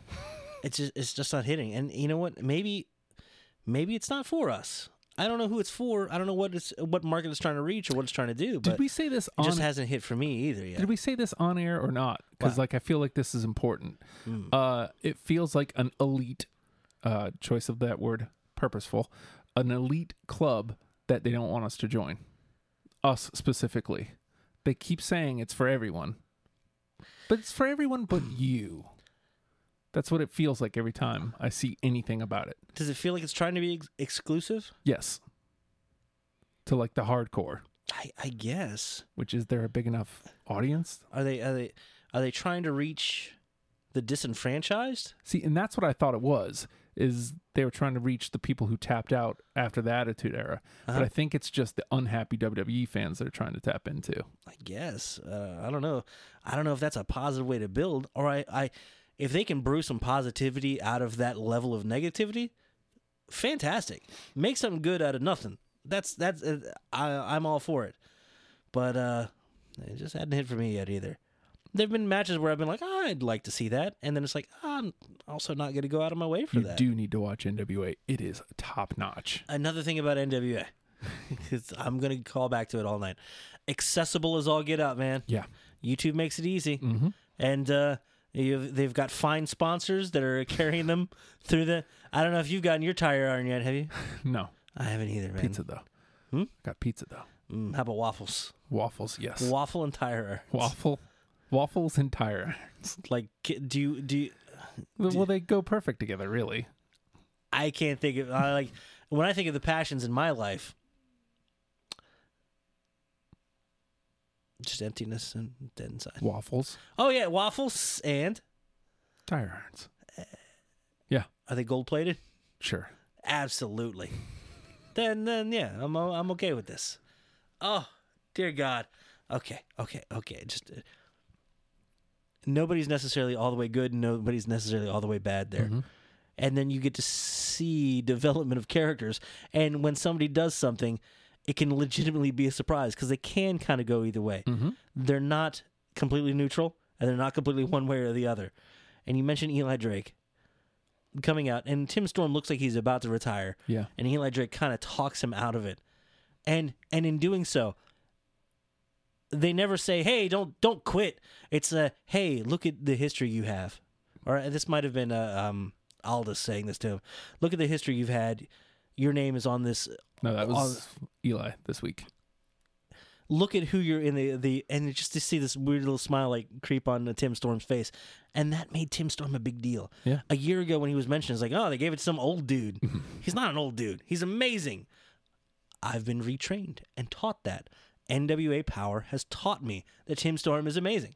S4: It's just it's just not hitting. And you know what? Maybe maybe it's not for us. I don't know who it's for. I don't know what it's what market it's trying to reach or what it's trying to do. But
S5: did we say this
S4: it
S5: on?
S4: just hasn't hit for me either yet.
S5: did we say this on air or not? Because
S4: Wow.
S5: like I feel like this is important. Uh, it feels like an elite, uh, choice of that word, purposeful, an elite club that they don't want us to join, us specifically. They keep saying it's for everyone, but it's for everyone but you. That's what it feels like every time I see anything about it.
S4: Does it feel like it's trying to be ex- exclusive?
S5: Yes, to like the hardcore,
S4: I, I guess.
S5: which is there a big enough audience?
S4: Are they are they are they trying to reach the disenfranchised.
S5: See, and that's what I thought it was. Is they were trying to reach the people who tapped out after the Attitude Era,
S4: Uh-huh.
S5: but I think it's just the unhappy WWE fans they're trying to tap into.
S4: I guess uh, I don't know. I don't know if that's a positive way to build. Or I, I, if they can brew some positivity out of that level of negativity, fantastic. Make something good out of nothing. That's that's uh, I, I'm all for it. But uh, it just hadn't hit for me yet either. There've been matches where I've been like, "Ah, I'd like to see that, and then it's like "Ah, I'm also not going to go out of my way for
S5: You
S4: that.
S5: do need to watch NWA; it is top notch.
S4: Another thing about NWA, 'cause I'm going to call back to it all night. Accessible as all get up, man.
S5: Yeah,
S4: YouTube makes it easy,
S5: Mm-hmm.
S4: and uh, you've, they've got fine sponsors that are carrying them through the. I don't know if you've gotten your tire iron yet, have you?
S5: no
S4: I haven't either, man.
S5: pizza though.
S4: Hmm?
S5: Got pizza though.
S4: Mm, how about waffles?
S5: Waffles, yes.
S4: Waffle and tire irons.
S5: Waffle, waffles and tire. irons.
S4: Like, ki- do you do? You,
S5: well, they go perfect together, really.
S4: I can't think of. I like when I think of the passions in my life. Just emptiness and dead inside.
S5: Waffles,
S4: Oh yeah, waffles and
S5: tire irons.
S4: are they gold plated?
S5: Sure.
S4: Absolutely. then then yeah, I'm I'm okay with this. Oh, dear god. Okay, okay, okay. Just uh, nobody's necessarily all the way good, nobody's necessarily all the way bad there. And then you get to see development of characters and when somebody does something, it can legitimately be a surprise cuz they can kind of go either way. They're not completely neutral and they're not completely one way or the other. And you mentioned Eli Drake coming out and Tim Storm looks like he's about to retire
S5: Yeah.
S4: and Eli Drake kind of talks him out of it, and and in doing so, they never say, "Hey, don't don't quit." It's a, "Hey, look at the history you have," or uh, this might have been uh, um, Aldous saying this to him. Look at the history you've had. Your name is on this.
S5: No, that was Eli this week.
S4: Look at who you're in the the, and just to see this weird little smile like creep on uh, Tim Storm's face, and that made Tim Storm a big deal.
S5: Yeah.
S4: A year ago when he was mentioned, it's like, "Oh, they gave it to some old dude." He's not an old dude. He's amazing. I've been retrained and taught that. NWA Power has taught me that Tim Storm is amazing.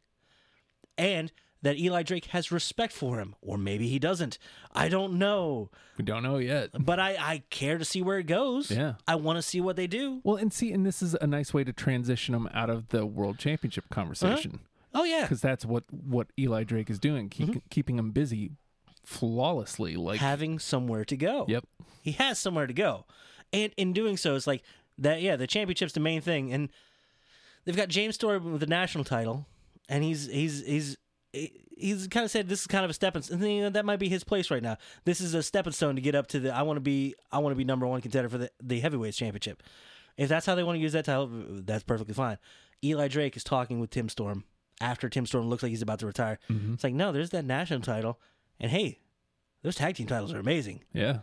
S4: And that Eli Drake has respect for him. Or maybe he doesn't. I don't know.
S5: We don't know yet.
S4: But I, I care to see where it goes.
S5: Yeah.
S4: I want to see what they do.
S5: Well, and see, and this is a nice way to transition him out of the world championship conversation
S4: Oh, yeah.
S5: because that's what what Eli Drake is doing, keep, keeping him busy flawlessly. Like,
S4: Having somewhere to go.
S5: yep,
S4: He has somewhere to go. And in doing so, it's like that, yeah, the championship's the main thing. And they've got James Storm with the national title, and he's, he's, he's, he's kind of said this is kind of a stepping and you know, that might be his place right now. This is a stepping stone to get up to the I want to be I want to be number one contender for the the heavyweights championship. If that's how they want to use that title, that's perfectly fine. Eli Drake is talking with Tim Storm after Tim Storm looks like he's about to retire.
S5: Mm-hmm.
S4: It's like no, there's that national title, and hey, those tag team titles are amazing
S5: yeah,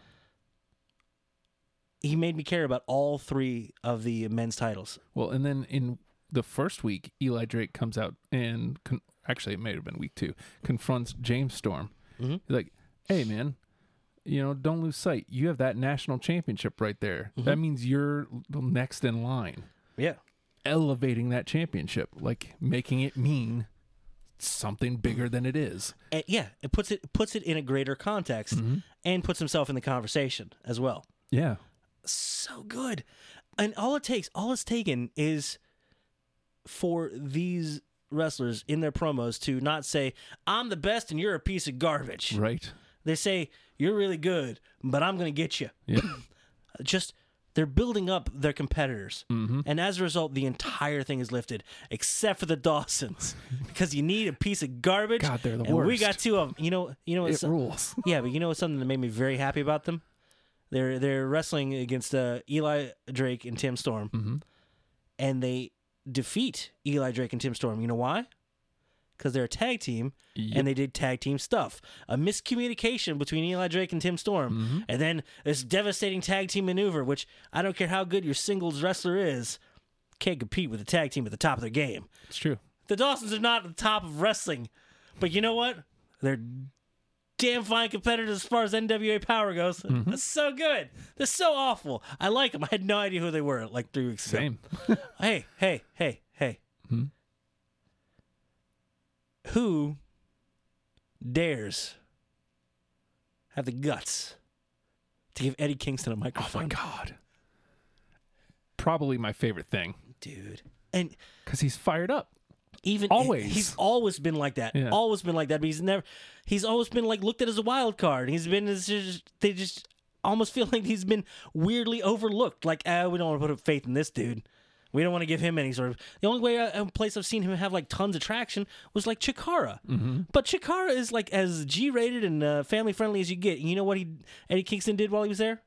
S4: he made me care about all three of the men's titles.
S5: Well, and then in the first week, Eli Drake comes out and con- actually it may have been week two confronts James Storm. He's like, "Hey, man, you know, don't lose sight. You have that national championship right there. That means you're l- next in line,
S4: Yeah.
S5: elevating that championship, like making it mean something bigger than it is."
S4: And yeah, it puts it puts it in a greater context and puts himself in the conversation as well.
S5: Yeah,
S4: So good. And all it takes, all it's taken is for these wrestlers in their promos to not say, "I'm the best and you're a piece of garbage."
S5: right.
S4: They say, "You're really good, but I'm going to get you."
S5: Yeah,
S4: just they're building up their competitors,
S5: Mm-hmm.
S4: and as a result, the entire thing is lifted, except for the Dawsons, because you need a piece of garbage.
S5: God, they're the
S4: and We got
S5: worst.
S4: two of them. You know, you know,
S5: it
S4: what's-
S5: rules.
S4: yeah, but you know what's something that made me very happy about them? They're they're wrestling against uh, Eli Drake and Tim Storm, and they defeat Eli Drake and Tim Storm. You know why? Because they're a tag team,
S5: Yep.
S4: and they did tag team stuff. A miscommunication between Eli Drake and Tim Storm, and then this devastating tag team maneuver, which I don't care how good your singles wrestler is, can't compete with the tag team at the top of their game.
S5: It's true.
S4: The Dawsons are not at the top of wrestling, but you know what? They're damn fine competitors as far as NWA power goes.
S5: Mm-hmm.
S4: That's so good. They're so awful. I like them. I had no idea who they were like three weeks ago.
S5: Same. Hmm?
S4: Hey, hey, hey, hey. Who dares have the guts to give Eddie Kingston a
S5: Oh
S4: microphone.
S5: my god. Probably my favorite thing
S4: dude. And
S5: because he's fired up.
S4: even
S5: Always.
S4: he's always been like that.
S5: Yeah.
S4: Always been like that. But he's never. He's always been like looked at as a wild card. He's been it's just, they just almost feel like he's been weirdly overlooked. Like ah, we don't want to put faith in this dude. We don't want to give him any sort of. The only way uh, place I've seen him have like tons of traction was like Chikara,
S5: Mm-hmm.
S4: but Chikara is like as G-rated and uh, family-friendly as you get. You know what he Eddie Kingston did while he was there?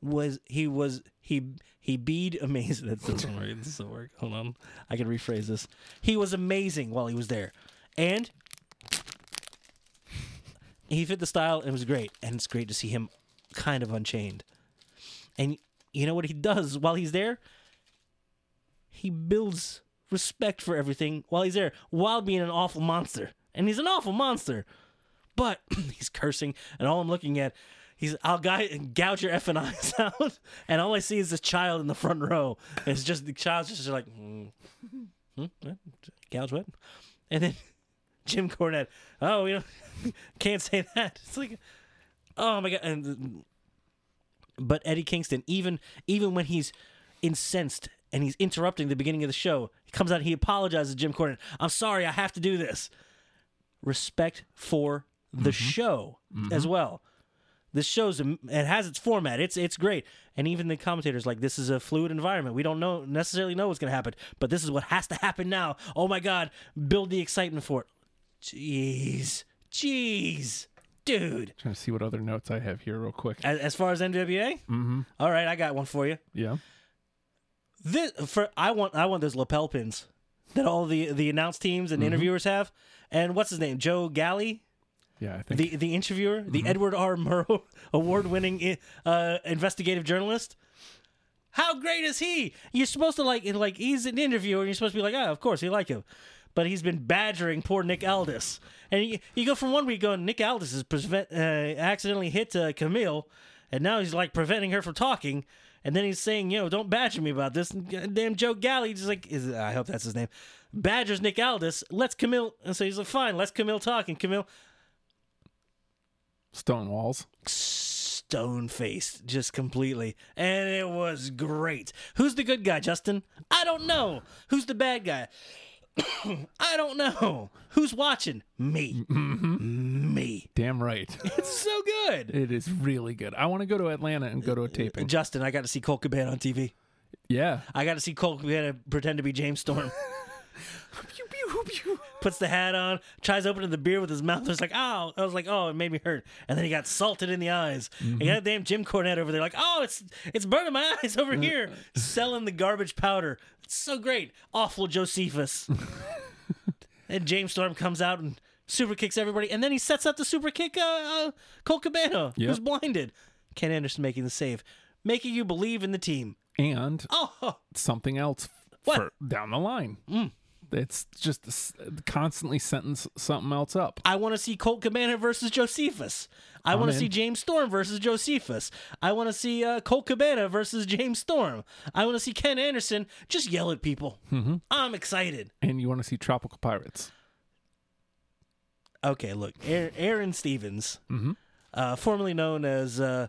S4: was he was he he bead amazing. That doesn't work. This doesn't work. Hold on, I can rephrase this. He was amazing while he was there, and he fit the style and was great. And it's great to see him kind of unchained. And you know what he does while he's there? He builds respect for everything while he's there, while being an awful monster. And he's an awful monster but he's cursing, and all I'm looking at, he's I'll guy, gouge your effing eyes out, and all I see is this child in the front row. And it's just the child's just like, hmm, hmm, what? gouge what? And then Jim Cornette, oh, you know, can't say that. It's like, oh my god. And, but Eddie Kingston, even even when he's incensed and he's interrupting the beginning of the show, he comes out, and he apologizes to Jim Cornette. I'm sorry, I have to do this respect for the show as well. This show's um, it has its format. It's it's great, and even the commentators like this is a fluid environment. We don't know necessarily know what's going to happen, but this is what has to happen now. Oh my God! Build the excitement for it. Jeez, jeez, dude.
S5: Trying to see what other notes I have here real quick.
S4: As, as far as NWA,
S5: Mm-hmm.
S4: all right, I got one for you.
S5: Yeah.
S4: This for I want I want those lapel pins that all the the announce teams and interviewers have. And what's his name? Joe Galley.
S5: Yeah, I think.
S4: the the interviewer, the Edward R. Murrow award-winning uh, investigative journalist. How great is he? You're supposed to like like he's an interviewer. and You're supposed to be like, oh, of course, you like him. But he's been badgering poor Nick Aldis, and you, you go from one week going Nick Aldis has prevent, uh, accidentally hit uh, Camille, and now he's like preventing her from talking, and then he's saying, you know, don't badger me about this. And damn Joe Galley, just like is, I hope that's his name, badgers Nick Aldis. Let's Camille, and so he's like, fine, let's Camille talk, and Camille,
S5: Stone walls.
S4: stone faced just completely and it was great who's the good guy justin i don't know who's the bad guy i don't know who's watching me me
S5: Damn right.
S4: it's so good
S5: it is really good. I want to go to Atlanta and go to
S4: Uh,
S5: a taping.
S4: justin i got to see cole caban on tv
S5: Yeah.
S4: i got to see cole caban pretend to be james storm puts the hat on tries opening the beer with his mouth it's like oh i was like oh it made me hurt and then he got salted in the eyes and goddamn jim cornette over there like oh it's it's burning my eyes over here selling the garbage powder it's so great awful josephus and james storm comes out and super kicks everybody and then he sets up the super kick uh, uh cole cabana
S5: Yep.
S4: who's blinded ken anderson making the save making you believe in the team
S5: And
S4: oh
S5: something else
S4: What? Mm.
S5: for down the line. It's just s- constantly sentence something else up.
S4: I want to see Colt Cabana versus Josephus. I want to
S5: in.
S4: see James Storm versus Josephus. I want to see uh, Colt Cabana versus James Storm. I want to see Ken Anderson just yell at people. I'm excited.
S5: And you want to see tropical pirates.
S4: Okay, look, Aaron, Aaron Stevens, uh, formerly known as uh,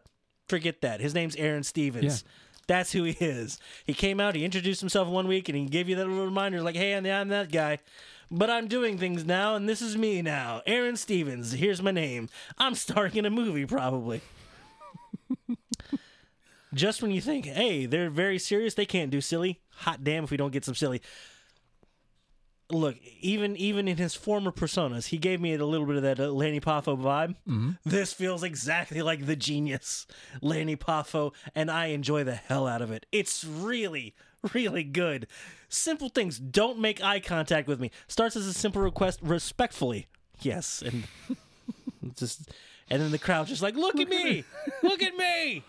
S4: forget that. His name's Aaron Stevens. That's who he is. He came out. He introduced himself one week, and he gave you that little reminder, like, "Hey, I'm, I'm that guy, but I'm doing things now, and this is me now. Aaron Stevens. Here's my name. I'm starring in a movie, probably." Just when you think, "Hey, they're very serious. They can't do silly." Hot damn! If we don't get some silly, look, even even in his former personas, he gave me a little bit of that uh, Lanny Poffo vibe. This feels exactly like the genius Lanny Poffo, and I enjoy the hell out of it. It's really, really good. Simple things. Don't make eye contact with me. Starts as a simple request, respectfully. Yes, and just, and then the crowd just like, look at me, look at me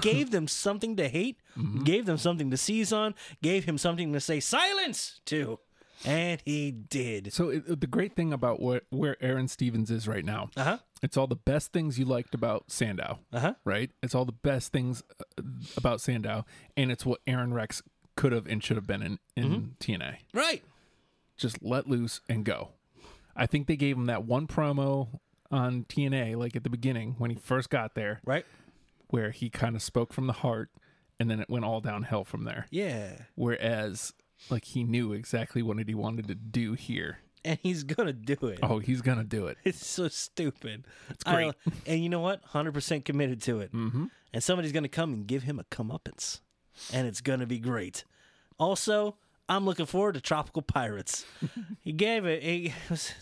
S4: gave them something to hate, gave them something to seize on, gave him something to say silence to. And he did.
S5: So it, the great thing about what, where Aaron Stevens is right now,
S4: Uh huh.
S5: it's all the best things you liked about Sandow,
S4: Uh huh.
S5: right? It's all the best things uh, about Sandow, and it's what Aaron Rex could have and should have been in, in TNA.
S4: Right.
S5: Just let loose and go. I think they gave him that one promo on TNA, like at the beginning when he first got there,
S4: right?
S5: where he kind of spoke from the heart, and then it went all downhill from there.
S4: Yeah.
S5: Whereas, like he knew exactly what he wanted to do here.
S4: And he's gonna do it.
S5: Oh, he's gonna do it.
S4: It's so stupid. It's
S5: great.
S4: and you know what? 100% committed to it. Mm-hmm. And somebody's going to come and give him a comeuppance. And it's going to be great. Also, I'm looking forward to Tropical Pirates. he gave it, it was,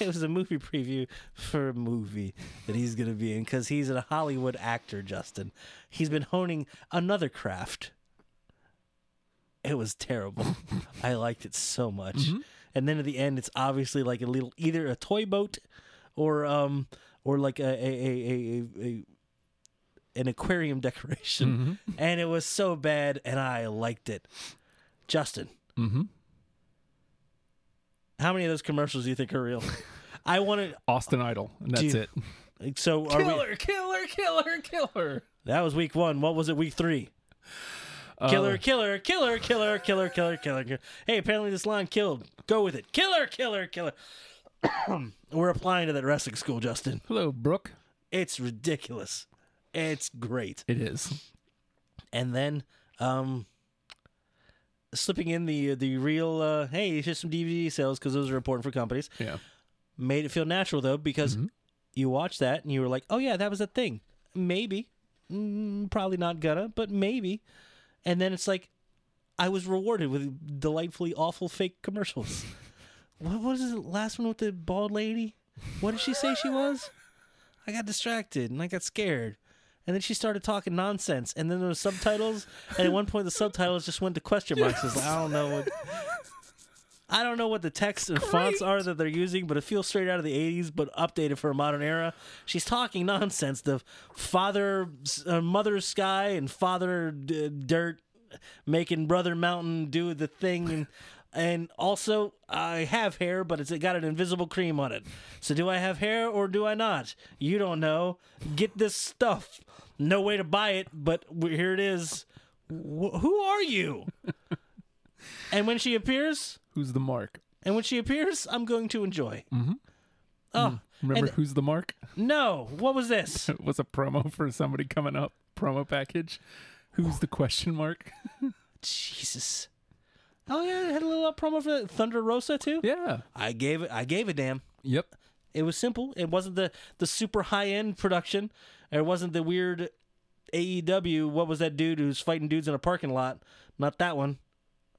S4: it was a movie preview for a movie that he's going to be in because he's a Hollywood actor, Justin. He's been honing another craft. It was terrible. I liked it so much.
S5: Mm-hmm.
S4: And then at the end, it's obviously like a little either a toy boat or um or like a a a, a, a, a an aquarium decoration,
S5: Mm-hmm.
S4: and it was so bad, and I liked it. Justin,
S5: Mm-hmm.
S4: how many of those commercials do you think are real? I want
S5: Austin Idol, and that's
S4: Dude. to.
S5: it.
S4: So are we,
S5: killer, killer, killer.
S4: that was week one. What was it? Week three.
S5: Uh, Oh.
S4: Killer, killer, killer, killer, killer, killer, killer, killer. Hey, apparently this line killed. Go with it. Killer, killer, killer. We're applying to that wrestling school, Justin.
S5: Hello, Brooke.
S4: It's ridiculous. It's great.
S5: It is.
S4: and then um slipping in the the real uh, hey here's some dvd sales because those are important for companies
S5: Yeah.
S4: made it feel natural though because you watched that and you were like oh yeah that was a thing maybe mm, probably not gonna but maybe and then it's like i was rewarded with delightfully awful fake commercials what was the last one with the bald lady what did she say she was i got distracted and i got scared and then she started talking nonsense and then there was subtitles and at one point the subtitles just went to question marks It's like, i don't know what I don't know what the text and fonts are that they're using, but it feels straight out of the 80s, but updated for a modern era. She's talking nonsense. The father, uh, mother sky, and father d- dirt, making brother mountain do the thing, and and also I have hair, but it's got an invisible cream on it. So do I have hair or do I not? You don't know. Get this stuff. No way to buy it, but w- here it is. Wh- who are you? and when she appears.
S5: Who's the mark?
S4: And when she appears, I'm going to enjoy. Mm-hmm. Oh,
S5: Mm-hmm. Remember
S4: And-
S5: who's the mark?
S4: no. What was this?
S5: It was a promo for somebody coming up. Promo package. Who's the question mark?
S4: Jesus. Oh, yeah. It had a little promo for that. Thunder Rosa, too?
S5: yeah.
S4: I gave it. I gave a damn.
S5: Yep.
S4: It was simple. It wasn't the, the super high end production. It wasn't the weird AEW. What was that dude who's fighting dudes in a parking lot? Not that one.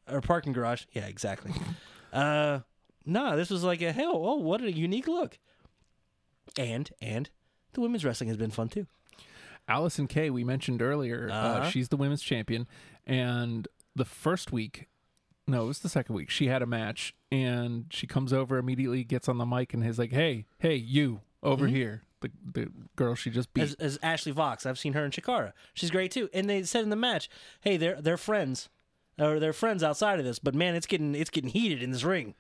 S4: Or parking garage. Yeah, exactly. uh, nah, this was like a hell. Oh, what a unique look. And, and the women's wrestling has been fun, too.
S5: Allison Kay, we mentioned earlier, uh
S4: Uh-huh.
S5: she's the women's champion. And the first week, no, it was the second week, she had a match and she comes over immediately, gets on the mic, and is like, hey, hey, you over
S4: Mm-hmm.
S5: here. The, the girl she just beat.
S4: as, as Ashley Vox. I've seen her in Chikara. She's great too. And they said in the match, "Hey, they're they're friends, or they're friends outside of this." But man, it's getting it's getting heated in this ring.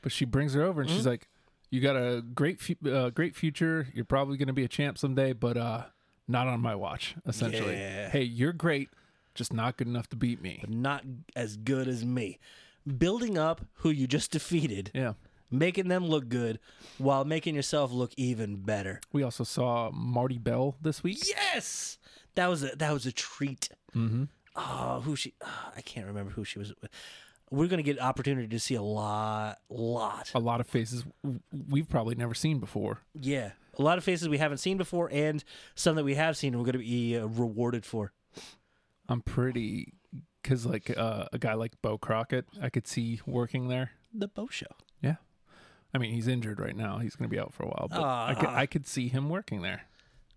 S5: But she brings her over and she's like, "You got a great, fu- uh, great future. You're probably going to be a champ someday, but uh, not on my watch. Essentially,
S4: Yeah.
S5: hey, you're great, just not good enough to beat me."
S4: Not as good as me. Building up who you just defeated,
S5: Yeah.
S4: making them look good, while making yourself look even better.
S5: We also saw Marty Bell this week.
S4: Yes, that was a that was a treat. Mm-hmm. Oh, who she? ah, I can't remember who she was. with. We're gonna get opportunity to see a lot, lot
S5: A lot of faces w- we've probably never seen before.
S4: Yeah, a lot of faces we haven't seen before, and some that we have seen, we're going to be uh, rewarded for.
S5: I'm pretty, cause like uh, a guy like Bo Crockett, I could see working there.
S4: The Bo Show.
S5: Yeah. I mean, he's injured right now. He's going to be out for a while, but I, could, I could see him working there.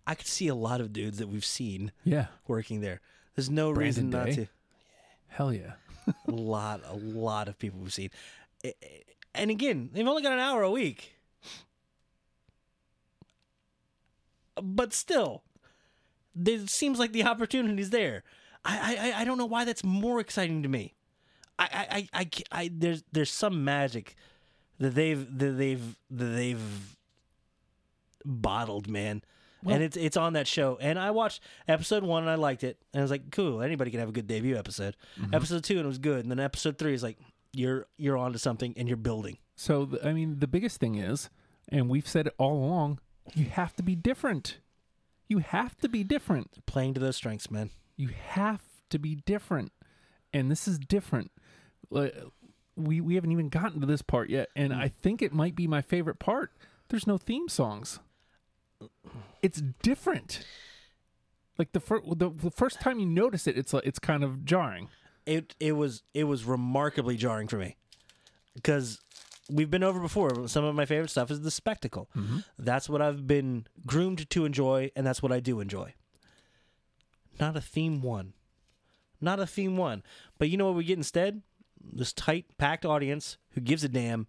S4: I could see a lot of dudes that we've seen
S5: Yeah.
S4: working there. There's no reason
S5: Brandon
S4: not
S5: Day.
S4: to.
S5: Hell yeah.
S4: A lot, a lot of people we've seen. Eh, eh, And again, they've only got an hour a week. But still, there seems like the opportunity's there. I, I- I, I don't know why that's more exciting to me. I, I, I, I, ca- I there's there's some magic that they've that they've that they've bottled, man. and it's it's on that show. And I watched episode one and I liked it. And I was like, cool, anybody can have a good debut episode. Episode two and it was good. And then episode three is like, you're you're onto something and you're building.
S5: So, th- I mean, the biggest thing is, and we've said it all along, you have to be different. You have to be different.
S4: Playing to those strengths, man.
S5: You have to be different. And this is different. Like, We, we haven't even gotten to this part yet. And I think it might be my favorite part. There's no theme songs, it's different. Like the, fir- the, the first time you notice it, it's like it's kind of jarring.
S4: It it was it was remarkably jarring for me because we've been over before. Some of my favorite stuff is the spectacle. That's what I've been groomed to enjoy, and that's what I do enjoy. Not a theme one, not a theme one. But you know what we get instead? This tight, packed audience who gives a damn,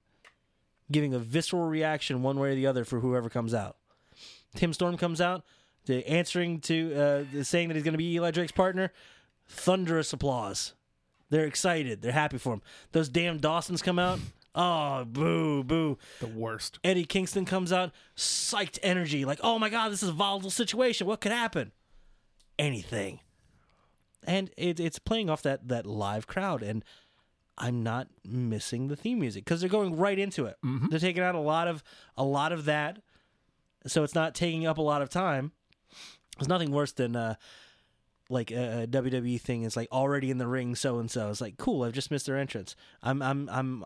S4: giving a visceral reaction one way or the other for whoever comes out. Tim Storm comes out, the answering to uh, the saying that he's going to be Eli Drake's partner. Thunderous applause. They're excited. They're happy for him. Those damn Dawsons come out. Oh, boo, boo.
S5: The worst.
S4: Eddie Kingston comes out, psyched energy, like, oh my God, this is a volatile situation. What could happen? Anything. And it, it's playing off that, that live crowd. And I'm not missing the theme music because they're going right into it. They're taking out a lot of a lot of that, so it's not taking up a lot of time. There's nothing worse than uh, like a, a WWE thing. It's like already in the ring, so and so. It's like cool. I've just missed their entrance. I'm I'm I'm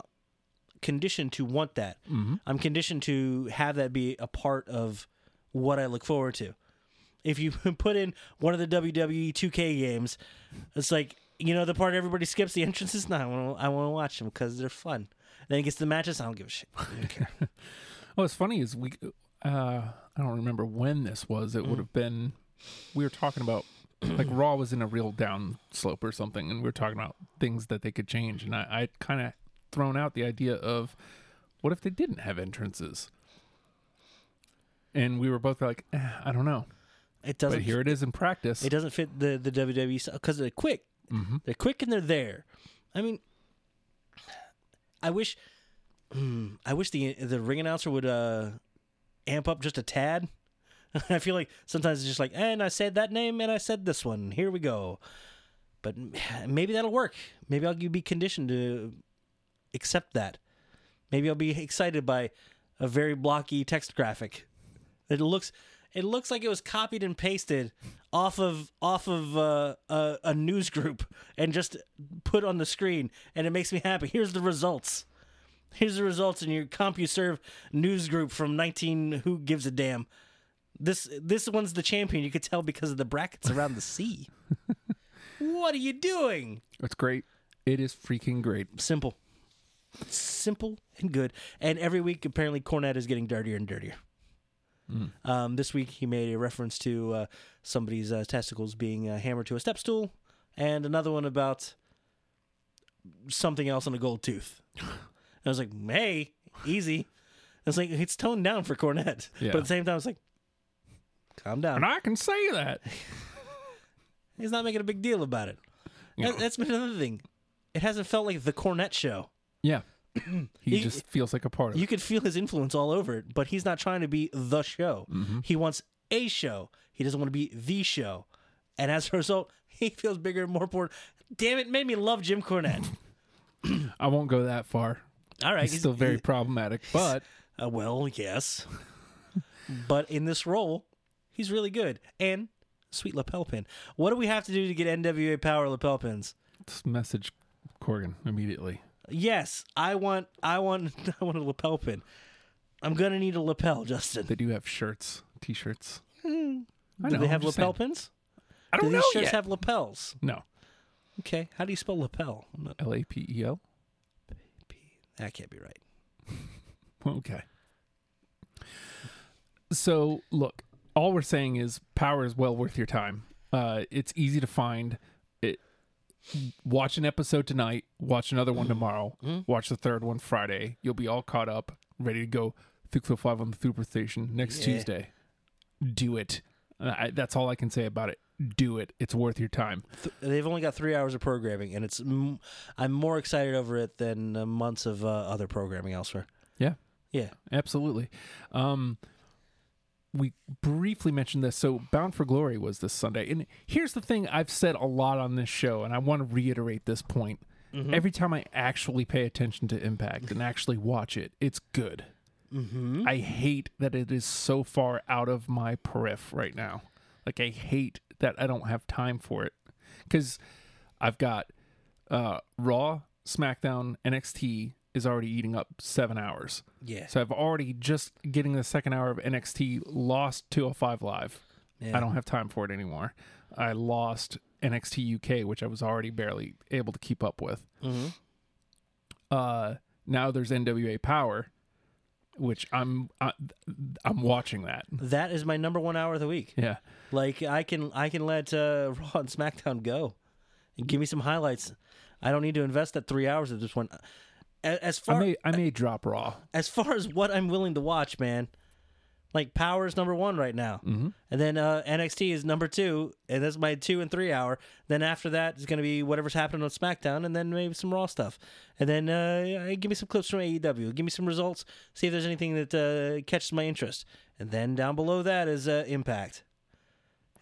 S4: conditioned to want that.
S5: Mm-hmm.
S4: I'm conditioned to have that be a part of what I look forward to. If you put in one of the WWE 2K games, it's like you know the part everybody skips the entrances. No, I want to I want to watch them because they're fun. Then it gets to the matches. I don't give a shit. I don't care.
S5: Well, what's funny is we, uh, I don't remember when this was. It
S4: Mm.
S5: would have been, we were talking about, like Raw was in a real down slope or something, and we were talking about things that they could change. And I, I kind of thrown out the idea of, what if they didn't have entrances? And we were both like, eh, I don't know.
S4: It
S5: But
S4: doesn't.
S5: here it is in practice.
S4: It doesn't fit the the WWE because they're quick. They're quick and they're there. I mean, I wish, Hmm, I wish the the ring announcer would uh, amp up just a tad. I feel like sometimes it's just like, and I said that name and I said this one. Here we go. But m- maybe that'll work. Maybe I'll be conditioned to accept that. Maybe I'll be excited by a very blocky text graphic. It looks it looks like it was copied and pasted off of off of uh, a, a news group and just put on the screen, and it makes me happy. Here's the results. Here's the results in your CompuServe news group from 19. Who gives a damn? This this one's the champion. You could tell because of the brackets around the C. what are you doing?
S5: It's great. It is freaking great.
S4: Simple, simple and good. And every week, apparently, Cornette is getting dirtier and dirtier. Um, this week, he made a reference to uh, somebody's uh, testicles being uh, hammered to a step stool, and another one about something else on a gold tooth. And I was like, "Hey, easy." It's like it's toned down for Cornette,
S5: Yeah.
S4: but at the same time, it's like, "Calm down."
S5: And I can say that.
S4: He's not making a big deal about it. That, that's been another thing. It hasn't felt like the Cornette show.
S5: Yeah. He
S4: You-
S5: just feels like a part of
S4: You
S5: it.
S4: could feel his influence all over it, but he's not trying to be the show.
S5: Mm-hmm.
S4: He wants a show. He doesn't want to be the show. And as a result, he feels bigger and more important. Damn it, made me love Jim Cornette.
S5: I won't go that far.
S4: All right.
S5: He's still very problematic, but
S4: Uh, well, yes. but in this role, he's really good. And sweet lapel pin. What do we have to do to get NWA Power lapel pins?
S5: Just message Corgan immediately.
S4: Yes, I want, I want, I want a lapel pin. I'm gonna need a lapel, Justin.
S5: They do have shirts, t-shirts. I
S4: Do
S5: know,
S4: they have
S5: I'm just
S4: lapel
S5: saying.
S4: pins?
S5: I
S4: Do
S5: don't
S4: these
S5: know
S4: shirts
S5: yet.
S4: have lapels?
S5: no,
S4: Okay, how do you spell lapel? I'm not-
S5: L A P E L.
S4: That can't be right.
S5: Okay. So look, all we're saying is power is well worth your time. Uh, it's easy to find. It watch an episode tonight, watch another one tomorrow, watch the third one Friday. You'll be all caught up, ready to go. Thickfield Five on the Superstation next Tuesday. Do it. Uh, I, that's all I can say about it. Do it. It's worth your time.
S4: Th- they've only got three hours of programming, and it's m- I'm more excited over it than uh, months of uh, other programming elsewhere.
S5: Yeah.
S4: Yeah,
S5: Absolutely. Um, we briefly mentioned this. So, Bound for Glory was this Sunday. And here's the thing I've said a lot on this show, and I want to reiterate this point. Every time I actually pay attention to Impact and actually watch it, it's good. I hate that it is so far out of my periph right now. Like I hate that I don't have time for it because I've got uh, Raw, SmackDown, NXT is already eating up seven hours.
S4: Yeah.
S5: So I've already just getting the second hour of NXT lost 205 Live. I don't have time for it anymore. I lost NXT UK, which I was already barely able to keep up with. Uh, now there's NWA Power, which I'm I, I'm watching that.
S4: That is my number one hour of the week.
S5: Yeah,
S4: Like I can I can let uh, Raw and SmackDown go, and give me some highlights. I don't need to invest that three hours of this one. A- As
S5: I
S4: far
S5: may I may drop Raw.
S4: as far as what I'm willing to watch, man, like Power is number one right now, mm-hmm. and then uh, NXT is number two, and that's my two and three hour. Then after that is going to be whatever's happening on SmackDown, and then maybe some Raw stuff, and then uh, give me some clips from AEW, give me some results, see if there's anything that uh, catches my interest, and then down below that is uh, Impact.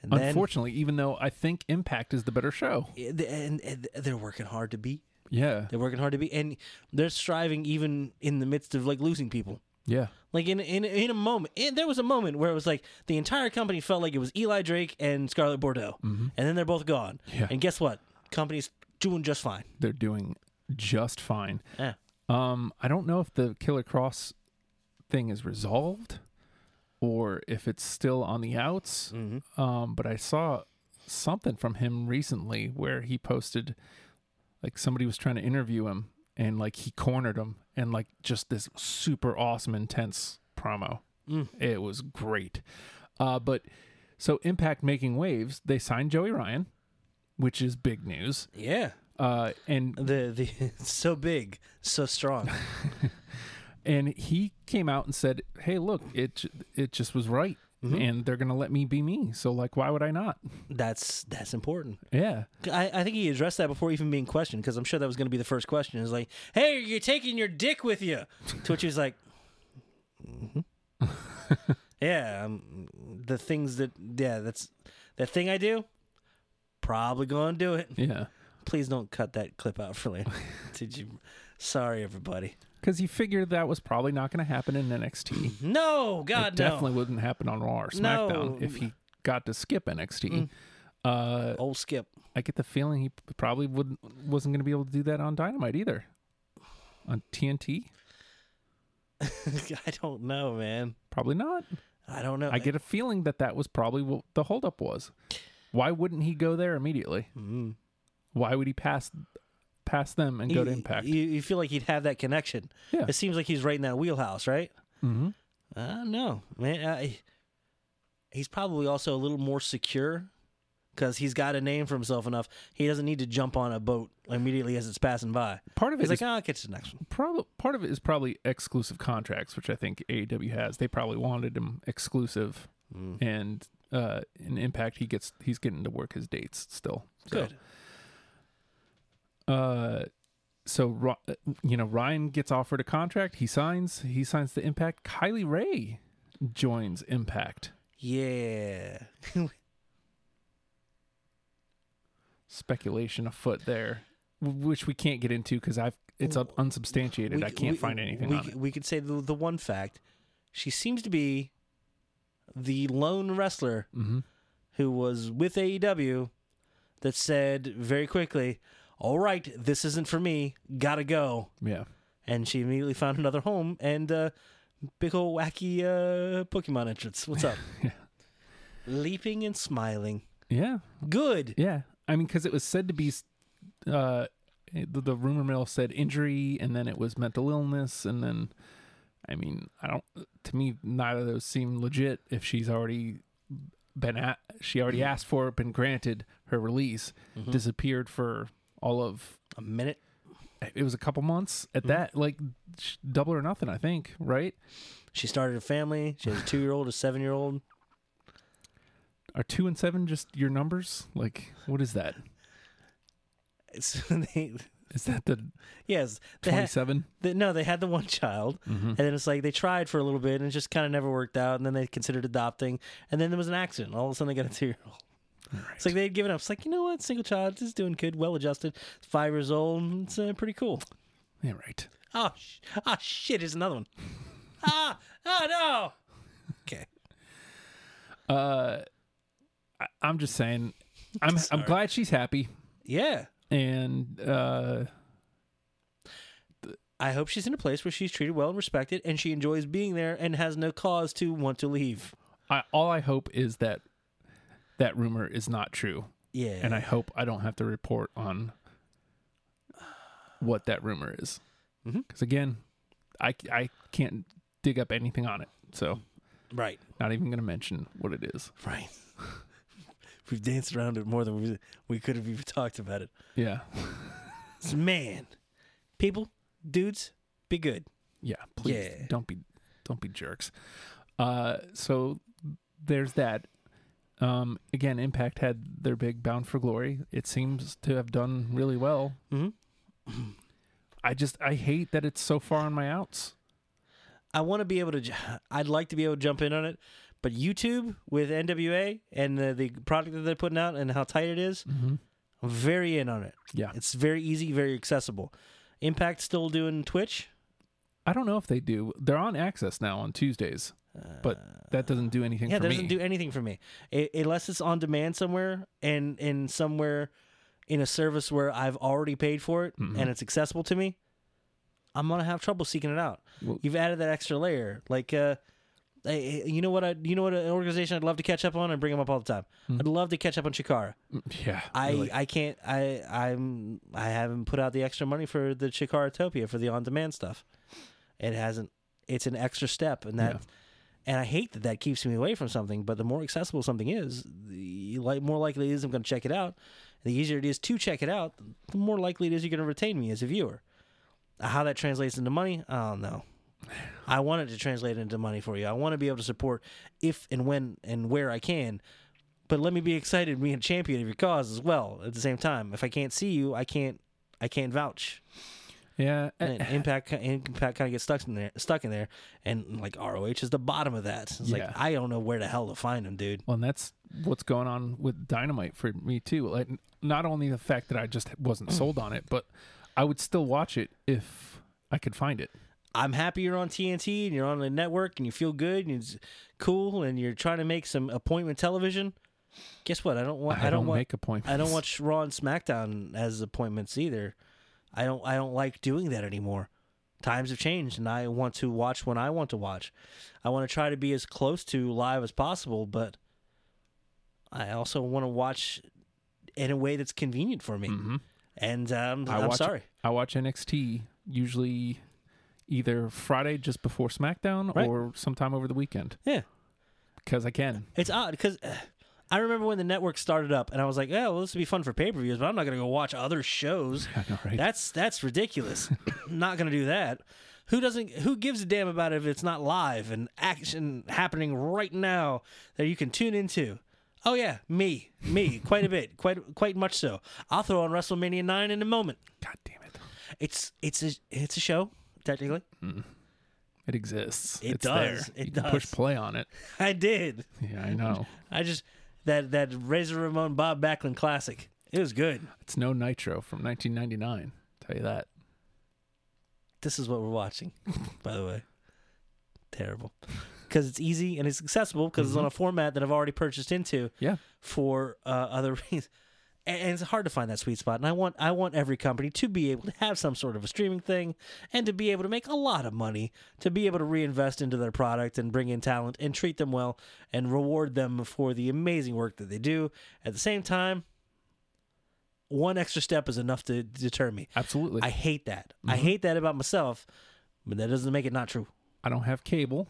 S4: And then,
S5: Unfortunately, even though I think Impact is the better show.
S4: and, and they're working hard to beat.
S5: Yeah,
S4: They're working hard to beat, and they're striving even in the midst of like losing people.
S5: yeah,
S4: Like in in in a moment, and there was a moment where it was like the entire company felt like it was Eli Drake and Scarlett Bordeaux, and then they're both gone.
S5: Yeah.
S4: And guess what? Company's doing just fine.
S5: they're doing just fine.
S4: Yeah.
S5: Um, I don't know if the Killer Cross thing is resolved or if it's still on the outs. Um, but I saw something from him recently where he posted like somebody was trying to interview him and like he cornered him and like just this super awesome intense promo. It was great. Uh, but so Impact making waves, they signed Joey Ryan, which is big news.
S4: Yeah.
S5: Uh, and
S4: The the it's so big, so strong.
S5: and he came out and said, "Hey, look, it j- it just was right, and they're gonna let me be me. So like, why would I not?
S4: that's that's important.
S5: Yeah,
S4: I, I think he addressed that before even being questioned because I'm sure that was going to be the first question. Is like, hey, you're taking your dick with you, to which he was like, "Mhm." yeah, um, the things that yeah, that's that thing I do. Probably going to do it.
S5: yeah,
S4: Please don't cut that clip out for later. Did you? Sorry, everybody.
S5: because he figured that was probably not gonna happen in NXT.
S4: No,
S5: it
S4: God, no.
S5: definitely wouldn't happen on Raw or SmackDown
S4: No.
S5: if he got to skip NXT. Uh,
S4: Old Skip.
S5: I get the feeling he p- probably wouldn't wasn't gonna be able to do that on Dynamite either, on TNT.
S4: I don't know, man.
S5: Probably not.
S4: I don't know.
S5: I get a feeling that that was probably what the holdup was. Why wouldn't he go there immediately?
S4: Mm-hmm.
S5: Why would he pass pass them and go to
S4: You-
S5: Impact?
S4: You, you feel like he'd have that connection.
S5: Yeah.
S4: It seems like he's right in that wheelhouse, right? Mm-hmm. I don't know, man. I, he's probably also a little more secure because he's got a name for himself enough. He doesn't need to jump on a boat immediately as it's passing by.
S5: part of it
S4: He's
S5: is
S4: like, oh, I'll catch the next one.
S5: prob- part of it is probably exclusive contracts, which I think AEW has. They probably wanted him exclusive,
S4: Mm.
S5: and uh, in Impact he gets he's getting to work his dates still. So,
S4: Good.
S5: Uh, so Ro- uh, you know Ryan gets offered a contract. He signs. He signs the Impact. Kylie Ray joins Impact.
S4: Yeah.
S5: speculation afoot there, w- which we can't get into because I've it's up unsubstantiated. I
S4: c-
S5: can't find anything
S4: We,
S5: on it.
S4: we could say the, the one fact she seems to be the lone wrestler
S5: Mm-hmm.
S4: who was with AEW that said very quickly, "All right, this isn't for me. Gotta go."
S5: Yeah,
S4: And she immediately found another home and uh, big ol' wacky uh, Pokemon entrance. What's up?
S5: Yeah.
S4: Leaping and smiling.
S5: yeah,
S4: Good.
S5: yeah. I mean, because it was said to be, s- uh, the, the rumor mill said injury, and then it was mental illness, and then, I mean, I don't. To me, neither of those seem legit. If she's already been at, she already asked for it, been granted her release,
S4: Mm-hmm.
S5: disappeared for all of
S4: A minute.
S5: it was a couple months
S4: Mm-hmm.
S5: at that like sh- double or nothing i think right
S4: She started a family. She has a two year old, a seven year old.
S5: Are two and seven just your numbers? Like, what is that? Is that the
S4: Yes. they ha-
S5: twenty-seven?
S4: They, no, they had the one child, and then it's like they tried for a little bit, and it just kind of never worked out. And then they considered adopting, and then there was an accident. All of a sudden, they got a two year old. It's like they had given up. It's like, you know what? Single child, is doing good, well adjusted, five years old. It's uh, pretty cool.
S5: Yeah, right.
S4: Oh, sh- oh shit, here's another one. ah, oh no. Okay.
S5: Uh, I, I'm just saying. I'm I'm glad she's happy,
S4: Yeah.
S5: and uh,
S4: I hope she's in a place where she's treated well and respected and she enjoys being there and has no cause to want to leave.
S5: I all I hope is that that rumor is not true,
S4: Yeah.
S5: and I hope I don't have to report on what that rumor is, because again, I I can't dig up anything on it, so
S4: right.
S5: not even going to mention what it is.
S4: Right. We've danced around it more than we, we could have even talked about it.
S5: Yeah,
S4: It's- man, people, dudes, be good.
S5: yeah. Please
S4: Yeah.
S5: don't be don't be jerks. Uh, so there's that. Um, again, Impact had their big Bound for Glory. It seems to have done really well.
S4: Mhm.
S5: I just I hate that it's so far on my outs.
S4: I want to be able to. j- I'd like to be able to jump in on it, but YouTube with NWA and the, the product that they're putting out and how tight it is, I'm very in on it.
S5: Yeah.
S4: it's very easy, very accessible. Impact still doing Twitch.
S5: I don't know if they do. They're on access now on Tuesdays, but that doesn't do anything
S4: Yeah,
S5: for
S4: that
S5: me.
S4: doesn't do anything for me I unless it's on demand somewhere and and somewhere in a service where I've already paid for it
S5: Mm-hmm.
S4: and it's accessible to me. I'm gonna have trouble seeking it out.
S5: Well-
S4: You've added that extra layer, like. uh I- I- you know what? I you know what an organization I'd love to catch up on and bring them up all the time.
S5: Hmm.
S4: I'd love to catch up on Chikara.
S5: yeah,
S4: I,
S5: really.
S4: I can't I I'm I haven't put out the extra money for the Chikaratopia for the on demand stuff. It hasn't. It's an extra step, and that and I hate that that keeps me away from something. But the more accessible something is, the like more likely it is I'm going to check it out. The easier it is to check it out, the more likely it is you're going to retain me as a viewer. How that translates into money, I don't know. I want it to translate into money for you. I want to be able to support if and when and where I can. But let me be excited and be a champion of your cause as well at the same time. If I can't see you, I can't I can't vouch.
S5: yeah.
S4: And then impact impact kind of gets stuck in there stuck in there and like ROH is the bottom of that. It's
S5: Yeah.
S4: like I don't know where the hell to find him, dude.
S5: Well, and that's what's going on with Dynamite for me too. Like, not only the fact that I just wasn't sold on it, but I would still watch it if I could find it.
S4: I'm happy you're on TNT and you're on the network and you feel good and it's cool and you're trying to make some appointment television. Guess what? I don't want. I,
S5: I
S4: don't
S5: don't
S4: want,
S5: make appointments.
S4: I don't watch Raw and SmackDown as appointments either. I don't. I don't like doing that anymore. Times have changed, and I want to watch when I want to watch. I want to try to be as close to live as possible, but I also want to watch in a way that's convenient for me. And um,
S5: Mm-hmm. I
S4: I'm
S5: watch,
S4: sorry.
S5: I watch NXT usually either Friday just before SmackDown
S4: Right.
S5: or sometime over the weekend
S4: Yeah.
S5: because I can.
S4: It's odd because I remember when the network started up, and I was like, "Oh, well, this would be fun for pay per views," but I'm not going to go watch other shows.
S5: know, right?
S4: That's that's ridiculous. not going to do that. Who doesn't? Who gives a damn about it if it's not live and action happening right now that you can tune into? Oh yeah, me, me, quite a bit, quite quite much so. I'll throw on WrestleMania nine in a moment.
S5: God damn it,
S4: It's it's a it's a show technically.
S5: it exists.
S4: It
S5: it's there.
S4: does. It
S5: you Can push
S4: does.
S5: play on it.
S4: I did.
S5: Yeah, I know.
S4: I just that that Razor Ramon Bob Backlund classic. It was good.
S5: It's no Nitro from 1999. Tell you that.
S4: this is what we're watching, by the way. Terrible. Because it's easy and it's accessible because it's on a format that I've already purchased into
S5: Yeah.
S4: for uh, other reasons. And and it's hard to find that sweet spot. And I want I want every company to be able to have some sort of a streaming thing and to be able to make a lot of money, to be able to reinvest into their product and bring in talent and treat them well and reward them for the amazing work that they do. At the same time, one extra step is enough to deter me.
S5: Absolutely.
S4: I hate that.
S5: Mm-hmm.
S4: I hate that about myself, but that doesn't make it not true.
S5: I don't have cable,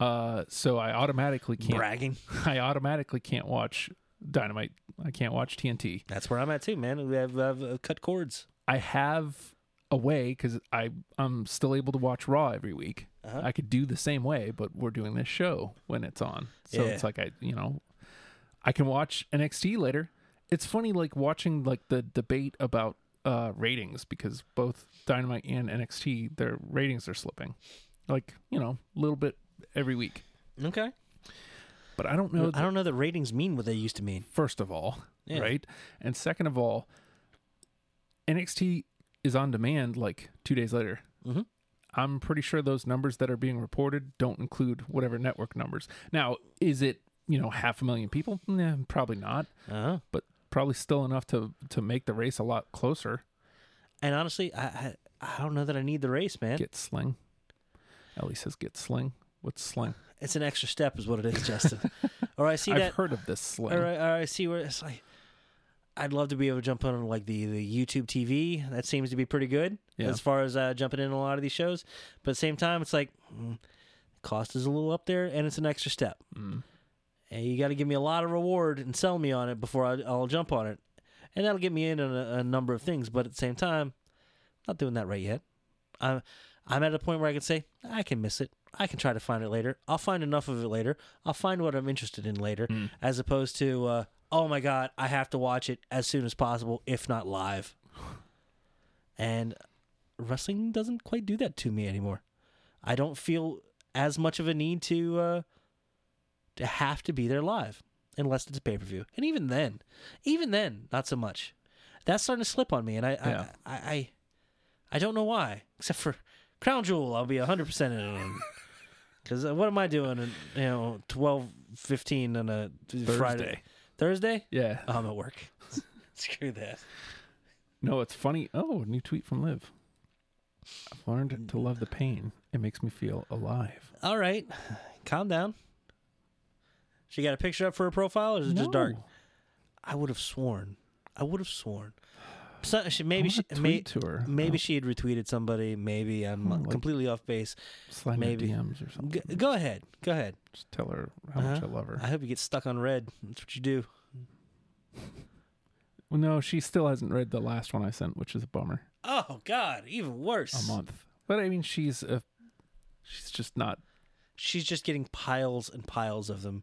S5: uh, so I automatically can't.
S4: Bragging.
S5: I automatically can't watch Dynamite. I can't watch TNT.
S4: That's where I'm at too, man. We have, have uh, cut cords.
S5: I have a way because I I'm still able to watch Raw every week. I could do the same way, but we're doing this show when it's on, so
S4: Yeah.
S5: it's like I you know I can watch NXT later. It's funny like watching like the debate about uh ratings because both Dynamite and NXT their ratings are slipping, like you know a little bit every week.
S4: Okay.
S5: But I don't know.
S4: I don't know that ratings mean what they used to mean.
S5: first of all,
S4: Yeah.
S5: right? And second of all, NXT is on demand like two days later.
S4: Mhm.
S5: I'm pretty sure those numbers that are being reported don't include whatever network numbers. Now, is it you know half a million people? Nah, probably not,
S4: Uh-huh.
S5: but probably still enough to to make the race a lot closer.
S4: And honestly, I, I I don't know that I need the race, man.
S5: Get sling. Ellie says, "Get sling." What's sling?
S4: It's an extra step, is what it is, Justin. or I see
S5: I've
S4: that.
S5: heard of this sling.
S4: Or, I- or I see where it's like. I'd love to be able to jump on like the, the YouTube TV. That seems to be pretty good
S5: Yeah.
S4: as far as uh, jumping in a lot of these shows. But at the same time, it's like mm, cost is a little up there, and it's an extra step. And you got to give me a lot of reward and sell me on it before I, I'll jump on it, and that'll get me in on a, a number of things. But at the same time, not doing that right yet. I'm I'm at a point where I can say I can miss it. I can try to find it later. I'll find enough of it later. I'll find what I'm interested in later, as opposed to uh, oh my god, I have to watch it as soon as possible, if not live. And wrestling doesn't quite do that to me anymore. I don't feel as much of a need to uh, to have to be there live unless it's pay per view, and even then, even then, not so much. That's starting to slip on me, and I
S5: Yeah.
S4: I, I, I I don't know why, except for Crown Jewel. I'll be 100% in it. Because what am I doing, in, you know, 12, 15 on a Friday? Thursday?
S5: Yeah.
S4: Oh, I'm at work. Screw that.
S5: No, it's funny. Oh, new tweet from Liv. I've learned
S4: Mm.
S5: to love the pain. It makes me feel alive.
S4: All right. Calm down. She got a picture up for her profile, or is it just dark?
S5: No.
S4: I would have sworn. I would have sworn. So, she, maybe
S5: I
S4: she,
S5: wanna
S4: may,
S5: tweet to her.
S4: maybe she had retweeted somebody. Maybe I'm
S5: Hmm, like-
S4: completely off base.
S5: Slide
S4: maybe.
S5: maybe. DMs or something.
S4: G- go ahead. Go ahead.
S5: Just tell her how much I
S4: Uh-huh.
S5: love her.
S4: I hope you get stuck on red. That's what you do.
S5: well, no, she still hasn't read the last one I sent, which is a bummer.
S4: Oh God, even worse.
S5: A month, but I mean, she's a, she's just not
S4: She's just getting piles and piles of them.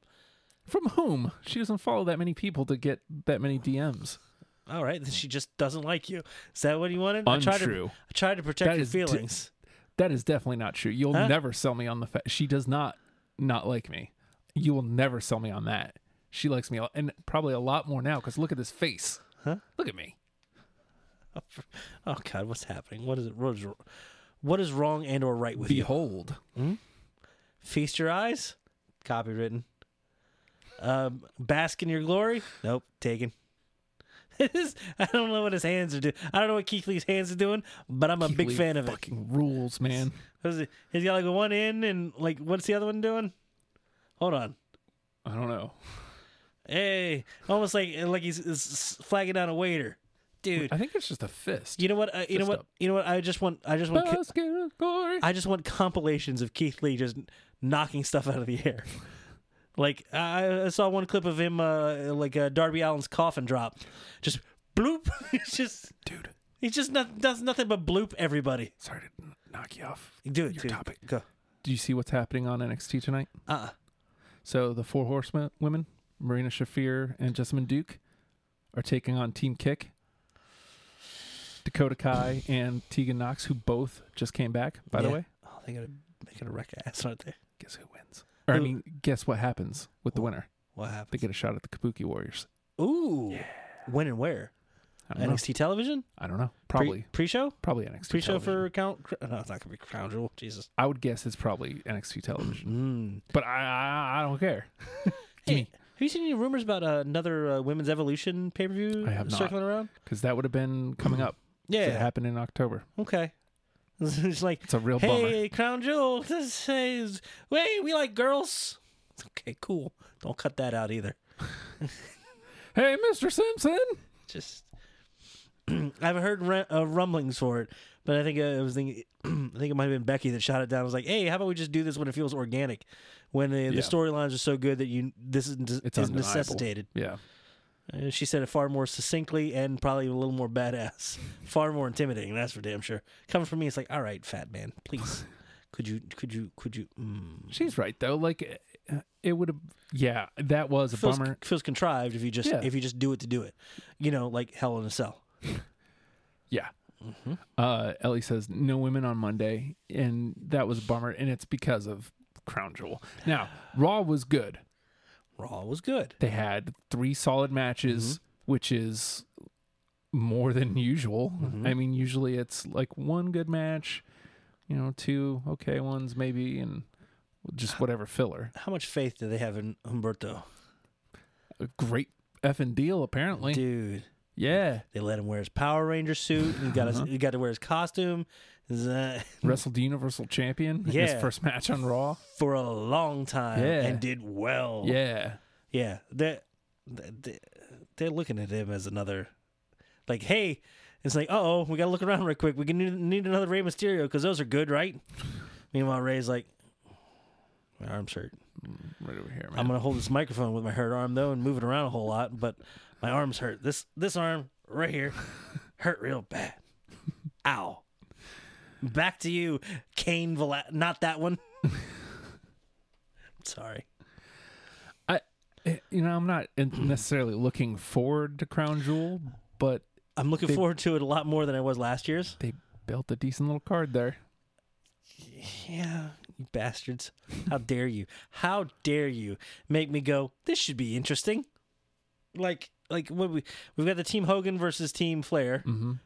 S5: from whom she doesn't follow that many people to get that many DMs.
S4: All right, then she just doesn't like you. Is that what you wanted? I tried to,
S5: Untrue.
S4: I tried to protect
S5: That
S4: your
S5: is di-
S4: feelings.
S5: That is definitely not true. You'll
S4: Huh?
S5: never sell me on the fact she does not not like me. You will never sell me on that. She likes me, a- and probably a lot more now. Because look at this face. Huh? Look at me.
S4: oh God, what's happening? What is it? What is, what is wrong and or right with you?
S5: Behold.
S4: Feast your eyes. Copywritten. Um, bask in your glory. Nope, taken. This- I don't know what his hands are doing. I don't know what Keith Lee's hands are doing, but I'm a big
S5: Lee
S4: fan of it.
S5: Fucking rules, man.
S4: What is it. He's got like one in and like what's the other one doing? Hold on.
S5: I don't know.
S4: Hey, almost like like he's, is flagging down a waiter, dude.
S5: I think it's just a fist.
S4: You know what? Uh, you know
S5: Fist
S4: what?
S5: up.
S4: You know what? I just want. I just want. co-
S5: Basket of glory.
S4: I just want compilations of Keith Lee just knocking stuff out of the air. Like I I saw one clip of him, uh, like uh, Darby Allen's coffin drop, just bloop. It's just
S5: Dude,
S4: he's just not, does nothing but bloop everybody.
S5: sorry to kn- knock you off.
S4: Do it,
S5: Your
S4: dude.
S5: topic.
S4: Go.
S5: Do you see what's happening on NXT tonight?
S4: Uh.
S5: So the four horsemen women, Marina Shafir and Jessamine Duke, are taking on Team Kick. Dakota Kai and Tegan Knox, who both just came back, by the
S4: Yeah.
S5: way.
S4: Oh, they gotta they gotta wreck ass, aren't they?
S5: Guess who wins? Or I
S4: Who-
S5: mean, guess what happens with the winner?
S4: What
S5: They
S4: happened?
S5: get a shot at the Kabuki Warriors.
S4: Ooh. When and where?
S5: I don't know.
S4: NXT television?
S5: I don't know.
S4: Pre-
S5: Probably,
S4: pre-show.
S5: probably NXT.
S4: Pre-show
S5: television.
S4: for count. cr- No, it's not gonna be Crown Jewel. Jesus.
S5: I would guess it's probably NXT
S4: Mm.
S5: television, but I I, I don't care.
S4: Hey, have you seen any rumors about uh, another uh, women's evolution pay per view
S5: I have not.
S4: circling around?
S5: because that would have been coming up.
S4: Yeah.
S5: it happened in October.
S4: Okay. it's like
S5: It's a real
S4: hey, Crown Jewel. This is hey, we like girls. It's okay, cool. Don't cut that out either.
S5: bummer. Hey, Mr. Simpson.
S4: Just I've heard ra- uh, rumblings for it, but I think uh, I was thinking. I think it might have been Becky that shot it down. I was like, "Hey, how about we just do this when it feels organic, when uh, the, the
S5: Yeah.
S4: storylines are so good that you this is,
S5: It's
S4: is
S5: undeniable.
S4: necessitated."
S5: Yeah,
S4: Uh, She said it far more succinctly and probably a little more badass, far more intimidating. That's for damn sure. Coming from me, it's like, all right, fat man, please, could you, could you, could you? Mm.
S5: she's right though. Like, uh, it would have. Yeah, that was a
S4: Feels,
S5: bummer.
S4: feels contrived if you just
S5: Yeah.
S4: if you just do it to do it, you know, like Hell in a Cell.
S5: Yeah. Uh, Ellie says no women on Monday, and that was a bummer, and it's because of Crown Jewel. Now Raw was good.
S4: Raw was good.
S5: They had three solid matches, which is more than usual. I mean, usually it's like one good match, you know, two okay ones maybe, and just whatever filler.
S4: How much faith do they have in Humberto?
S5: A great effing deal, apparently.
S4: Dude,
S5: Yeah.
S4: they let him wear his Power Ranger suit. He got his,
S5: Uh-huh.
S4: he got to wear his costume Z-
S5: Wrestled the Universal Champion.
S4: Yeah.
S5: His first match on Raw.
S4: for a long time
S5: Yeah.
S4: and did well.
S5: Yeah.
S4: Yeah, they're they're, they're looking at him as another, like, hey, it's like, oh, we gotta look around real quick. We can need, need another Rey Mysterio because those are good, right? Meanwhile, Ray's like, my arm's hurt.
S5: Right over here, man.
S4: I'm gonna hold this microphone with my hurt arm though and move it around a whole lot, but my arm's hurt. This this arm right here hurt real bad. Ow. Back to you, Kane. Vala- not that one. Sorry.
S5: I, eh, you know, I'm not in- necessarily looking forward to Crown Jewel, but
S4: I'm looking forward to it a lot more than I was last year's.
S5: they built a decent little card there.
S4: Yeah, you bastards. How dare you? How dare you make me go, this should be interesting. Like like what we we've got the team Hogan versus team Flair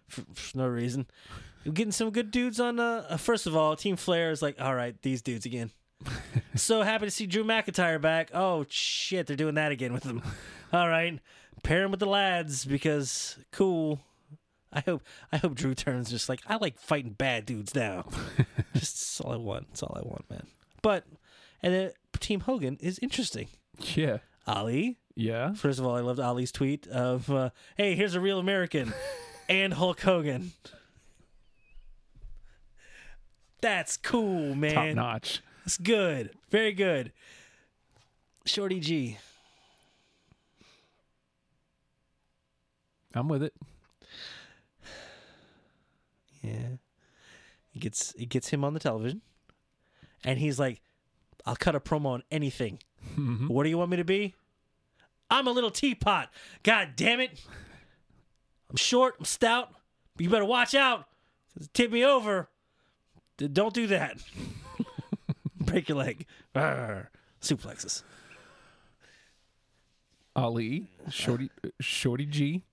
S4: for, for no reason. We're getting some good dudes on uh uh, first of all, team Flair is like, "All right, these dudes again." so happy to see Drew McIntyre back. Oh shit, they're doing that again with him. All right. Pair him with the lads because cool. I hope I hope Drew turns just like I like fighting bad dudes now. Just that's all I want. That's all I want, man. But and then Team Hogan is interesting.
S5: Yeah.
S4: Ali,
S5: Yeah.
S4: first of all, I loved Ali's tweet of, uh, "Hey, here's a real American," and Hulk Hogan. That's cool,
S5: Top
S4: man.
S5: notch.
S4: That's good. Very good. Shorty G.
S5: I'm with it.
S4: Yeah. It gets it gets him on the television. And he's like, I'll cut a promo on anything. What do you want me to be? I'm a little teapot. God damn it. I'm short, I'm stout, but you better watch out. 'cause Tip me over. D- Don't do that. Break your leg. Arr. Suplexes.
S5: Ali, Shorty, uh, Shorty G.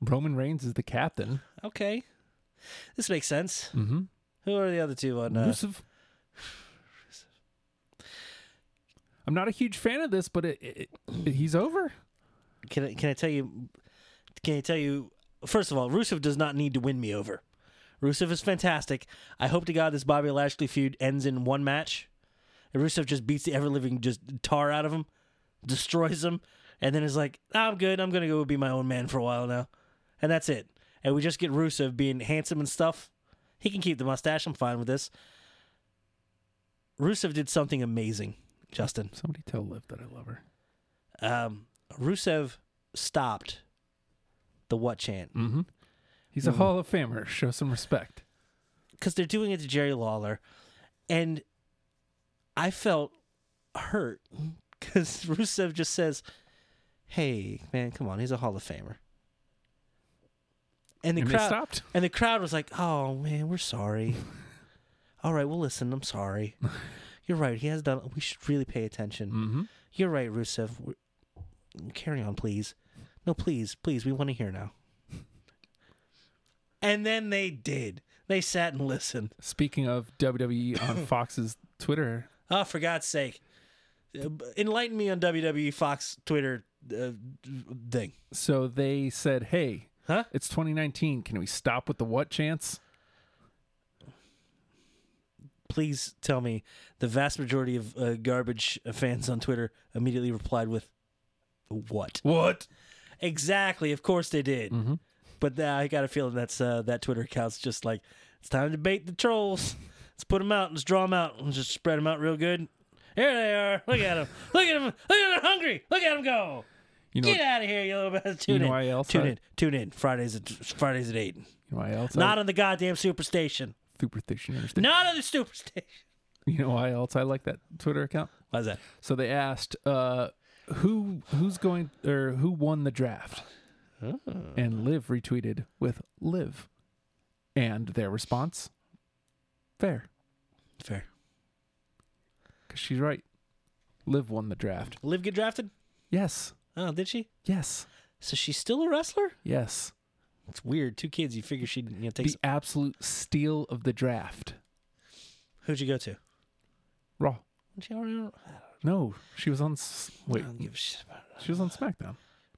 S5: Roman Reigns is the captain.
S4: Okay. This makes sense. Mm-hmm. Who are the other two on uh,
S5: Rusev. I'm not a huge fan of this, but it, it, it- he's over.
S4: can I, can I tell you? Can I tell you? First of all, Rusev does not need to win me over. Rusev is fantastic. I hope to God this Bobby Lashley feud ends in one match. And Rusev just beats the ever living just tar out of him, destroys him, and then is like, "I'm good. I'm gonna go be my own man for a while now," and that's it. And we just get Rusev being handsome and stuff. He can keep the mustache. I'm fine with this. Rusev did something amazing, Justin
S5: Somebody tell Liv that I love her.
S4: um, Rusev stopped the what chant
S5: Mm-hmm. He's
S4: Hmm.
S5: a Hall of Famer. Show some respect.
S4: because they're doing it to Jerry Lawler, and I felt hurt because Rusev just says, "Hey, man, come on, he's a Hall of Famer," and the
S5: And they
S4: crowd
S5: stopped.
S4: and the crowd was like, "Oh man, we're sorry. All right, well, listen, I'm sorry. You're right. He has done. We should really pay attention. You're right, Rusev. we carry on, please. No, please, please. We want to hear now." and then they did. They sat and listened.
S5: Speaking of WWE on Fox's Twitter,
S4: Oh, for God's sake. Uh, Enlighten me on WWE Fox Twitter uh, thing.
S5: so they said, "Hey,
S4: Huh?
S5: it's 2019. Can we stop with the what chance?"
S4: Please tell me the vast majority of uh, garbage fans on Twitter immediately replied with, What?
S5: What?
S4: Exactly. Of course they did.
S5: Mm-hmm.
S4: But uh, I got a feeling that's uh, that Twitter account's just like it's time to bait the trolls. Let's put them out. Let's draw them out. Let's just spread them out real good. Here they are. Look at them. Look at them. Look at them. Hungry. Look at them go.
S5: You know,
S4: Get out of here, you little bastard. Tune
S5: know
S4: in.
S5: why else
S4: Tune
S5: I-
S4: in. Tune in. Fridays at Fridays at eight.
S5: you know why else?
S4: Not
S5: I,
S4: on the goddamn superstation.
S5: superstition.
S4: Not on the superstation.
S5: You know why else I like that Twitter account?
S4: Why's that?
S5: So they asked uh, who who's going or who won the draft,
S4: Oh.
S5: and Liv retweeted with Liv, and their response, fair,
S4: Fair.
S5: because she's right. Liv won the draft.
S4: Liv get drafted?
S5: Yes.
S4: Oh, did she?
S5: Yes.
S4: So she's still a wrestler?
S5: Yes.
S4: It's weird. Two kids. You figure she you know,
S5: The
S4: takes.
S5: absolute steal of the draft.
S4: Who'd you go to?
S5: Raw.
S4: She already-
S5: No, she was on. S- Wait,
S4: I don't give a shit about it.
S5: she was on SmackDown.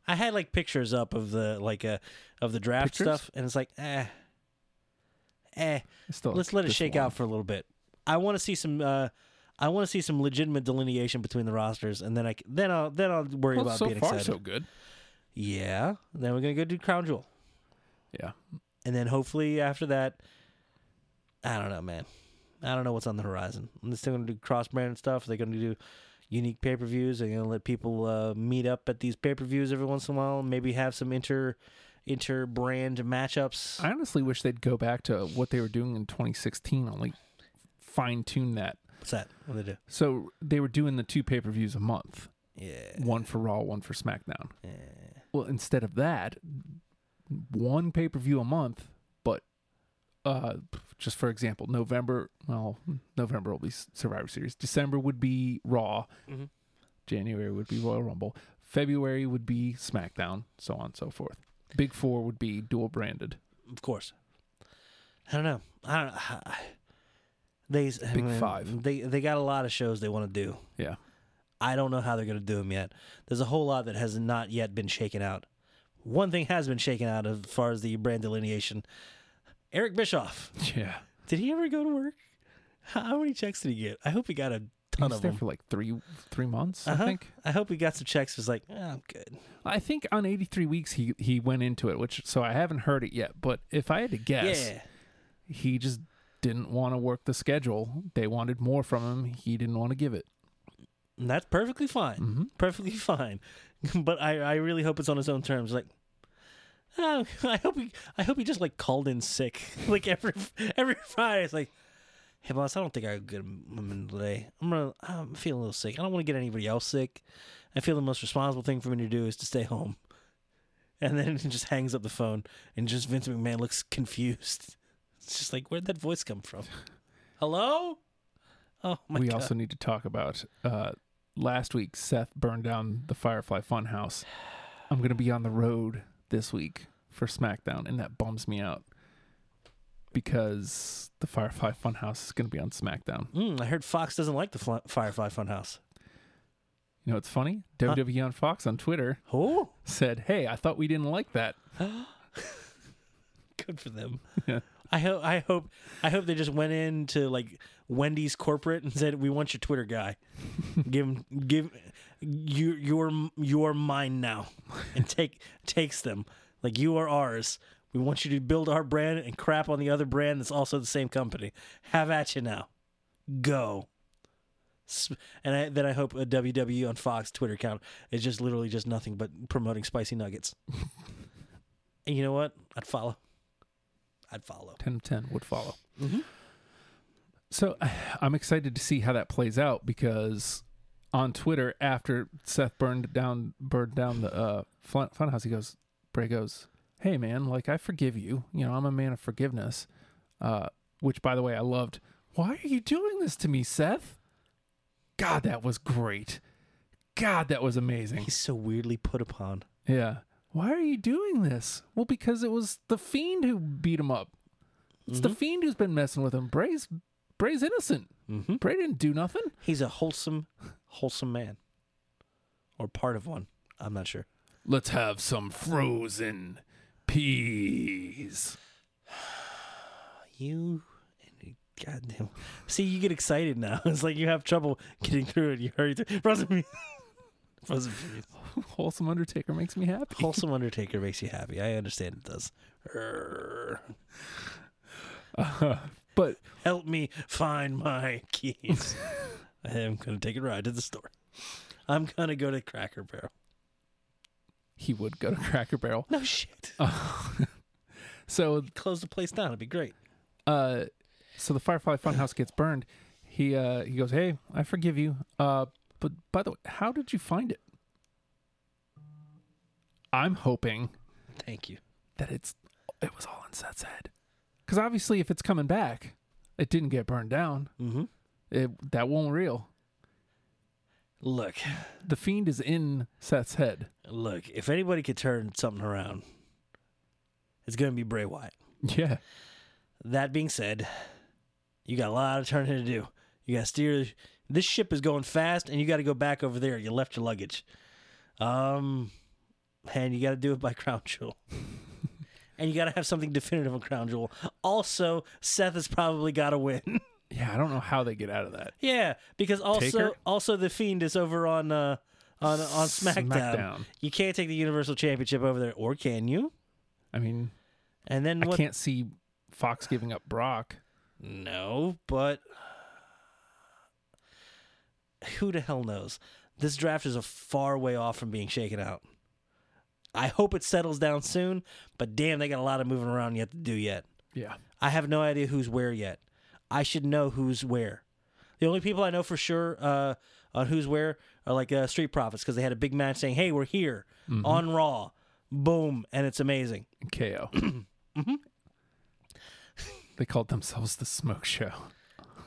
S4: I had like pictures up of the like uh of the draft
S5: Pictures?
S4: stuff, and it's like, eh, eh.
S5: I Still
S4: Let's
S5: like
S4: let it
S5: this
S4: shake
S5: one.
S4: out for a little bit. I want to see some. uh I want to see some legitimate delineation between the rosters, and then I c- then I'll then I'll worry
S5: Well,
S4: about
S5: so
S4: being
S5: far,
S4: excited.
S5: so good.
S4: Yeah. Then we're gonna go do Crown Jewel,
S5: Yeah.
S4: and then hopefully after that, I don't know, man. I don't know what's on the horizon. They're still gonna do cross brand stuff. They're gonna do unique pay per views. They're gonna let people uh, meet up at these pay per views every once in a while. Maybe have some inter inter brand matchups.
S5: I honestly wish they'd go back to what they were doing in 2016, only fine tune that.
S4: what's that? What do they do?
S5: So they were doing the two pay per views a month,
S4: Yeah.
S5: one for Raw, one for SmackDown. Well, instead of that, one pay per view a month, but uh, just for example, November, well, November will be Survivor Series. December would be Raw.
S4: Mm-hmm.
S5: January would be Royal Rumble. February would be SmackDown, so on and so forth. Big Four would be dual branded.
S4: Of course. I don't know. I don't. They
S5: Big five.
S4: They they got a lot of shows they want to do.
S5: Yeah.
S4: I don't know how they're going to do them yet. There's a whole lot that has not yet been shaken out. One thing has been shaken out as far as the brand delineation. Eric Bischoff.
S5: Yeah.
S4: Did he ever go to work? How how many checks did he get? I hope he got a ton
S5: He was
S4: of
S5: there
S4: them.
S5: for like three three months,
S4: Uh-huh.
S5: I think.
S4: I hope he got some checks. Was like, "Ah, I'm good.
S5: I think on 83 weeks he he went into it, which so I haven't heard it yet, but if I had to guess,
S4: Yeah.
S5: he just didn't want to work the schedule. They wanted more from him. He didn't want to give it.
S4: And that's perfectly fine.
S5: Mm-hmm.
S4: Perfectly fine. but I, I really hope it's on his own terms. Like, oh, I hope he, I hope he just like called in sick. like every every Friday, it's like, hey boss, I don't think I'm good I'm in today. I'm gonna, I'm feeling a little sick. I don't want to get anybody else sick. I feel the most responsible thing for me to do is to stay home. And then he just hangs up the phone, and just Vince McMahon looks confused. It's just like, where'd that voice come from? Hello? Oh my
S5: we
S4: god!
S5: also need to talk about uh, last week Seth burned down the Firefly Funhouse. I'm going to be on the road this week for SmackDown, and that bums me out because the Firefly Funhouse is going to be on SmackDown.
S4: Mm, I heard Fox doesn't like the Fly- Firefly Funhouse.
S5: You know what's funny? WWE on Fox on Twitter
S4: Oh,
S5: said, "Hey, I thought we didn't like that."
S4: good for them.
S5: Yeah.
S4: I hope. I hope. I hope they just went into like Wendy's corporate and said, "We want your Twitter guy. give him. Give you your your mine now, and take takes them. Like you are ours. We want you to build our brand and crap on the other brand that's also the same company. Have at you now. Go." Sp- And I, then I hope a WWE on Fox Twitter account is just literally just nothing but promoting spicy nuggets. and you know what? I'd follow. I'd follow.
S5: 10 of 10 would follow. So I'm excited to see how that plays out because on Twitter, after Seth burned down burned down the uh, fun, funhouse, he goes, Bray goes, hey man, like I forgive you. You know, I'm a man of forgiveness. Uh, which, by the way, I loved. Why are you doing this to me, Seth? God, that was great. God, that was amazing.
S4: He's so weirdly put upon.
S5: Yeah. Why are you doing this? Well, because it was the fiend who beat him up. It's the fiend who's been messing with him. Bray's Bray's innocent. Bray didn't do nothing.
S4: He's a wholesome, wholesome man, or part of one. I'm not sure.
S5: Let's have some frozen peas.
S4: You and you- goddamn. See, you get excited now. It's like you have trouble getting through it. You hurry through. Frozen meat. Frozen meat.
S5: Wholesome Undertaker makes me happy.
S4: Wholesome Undertaker makes you happy. I understand it does. Err.
S5: But
S4: Help me find my keys. I am gonna take a ride to the store. I'm gonna go to Cracker Barrel.
S5: he would go to Cracker Barrel.
S4: No shit.
S5: So
S4: Close the place down. It'd be great.
S5: uh so the Firefly Funhouse gets burned. He uh he goes, Hey, I forgive you. Uh but by the way, how did you find it? I'm hoping
S4: Thank you.
S5: that it's it was all in Seth's head. Because obviously, if it's coming back, it didn't get burned down.
S4: Mm-hmm.
S5: It that won't real.
S4: Look,
S5: The fiend is in Seth's head.
S4: look. If anybody could turn something around, it's gonna be Bray Wyatt.
S5: Yeah.
S4: That being said, you got a lot of turning to do. You got to steer. This ship is going fast, and you got to go back over there. You left your luggage. Um, and you got to do it by Crown Jewel. and you got to have something definitive on Crown Jewel. Also, Seth has probably got to win.
S5: Yeah, I don't know how they get out of that.
S4: yeah, because also
S5: Taker?
S4: also the Fiend is over on uh on on SmackDown.
S5: SmackDown.
S4: You can't take the Universal Championship over there, or can you?
S5: I mean,
S4: And then
S5: I
S4: what?
S5: can't see Fox giving up Brock.
S4: No, but who the hell knows? This draft is a far way off from being shaken out. I hope it settles down soon, but damn, they got a lot of moving around yet to do yet.
S5: Yeah.
S4: I have no idea who's where yet. I should know who's where. The only people I know for sure uh, on who's where are like uh, Street Profits because they had a big match saying, "Hey, we're here
S5: Mm-hmm.
S4: on Raw." Boom, and it's amazing.
S5: KO. They called themselves the Smoke Show.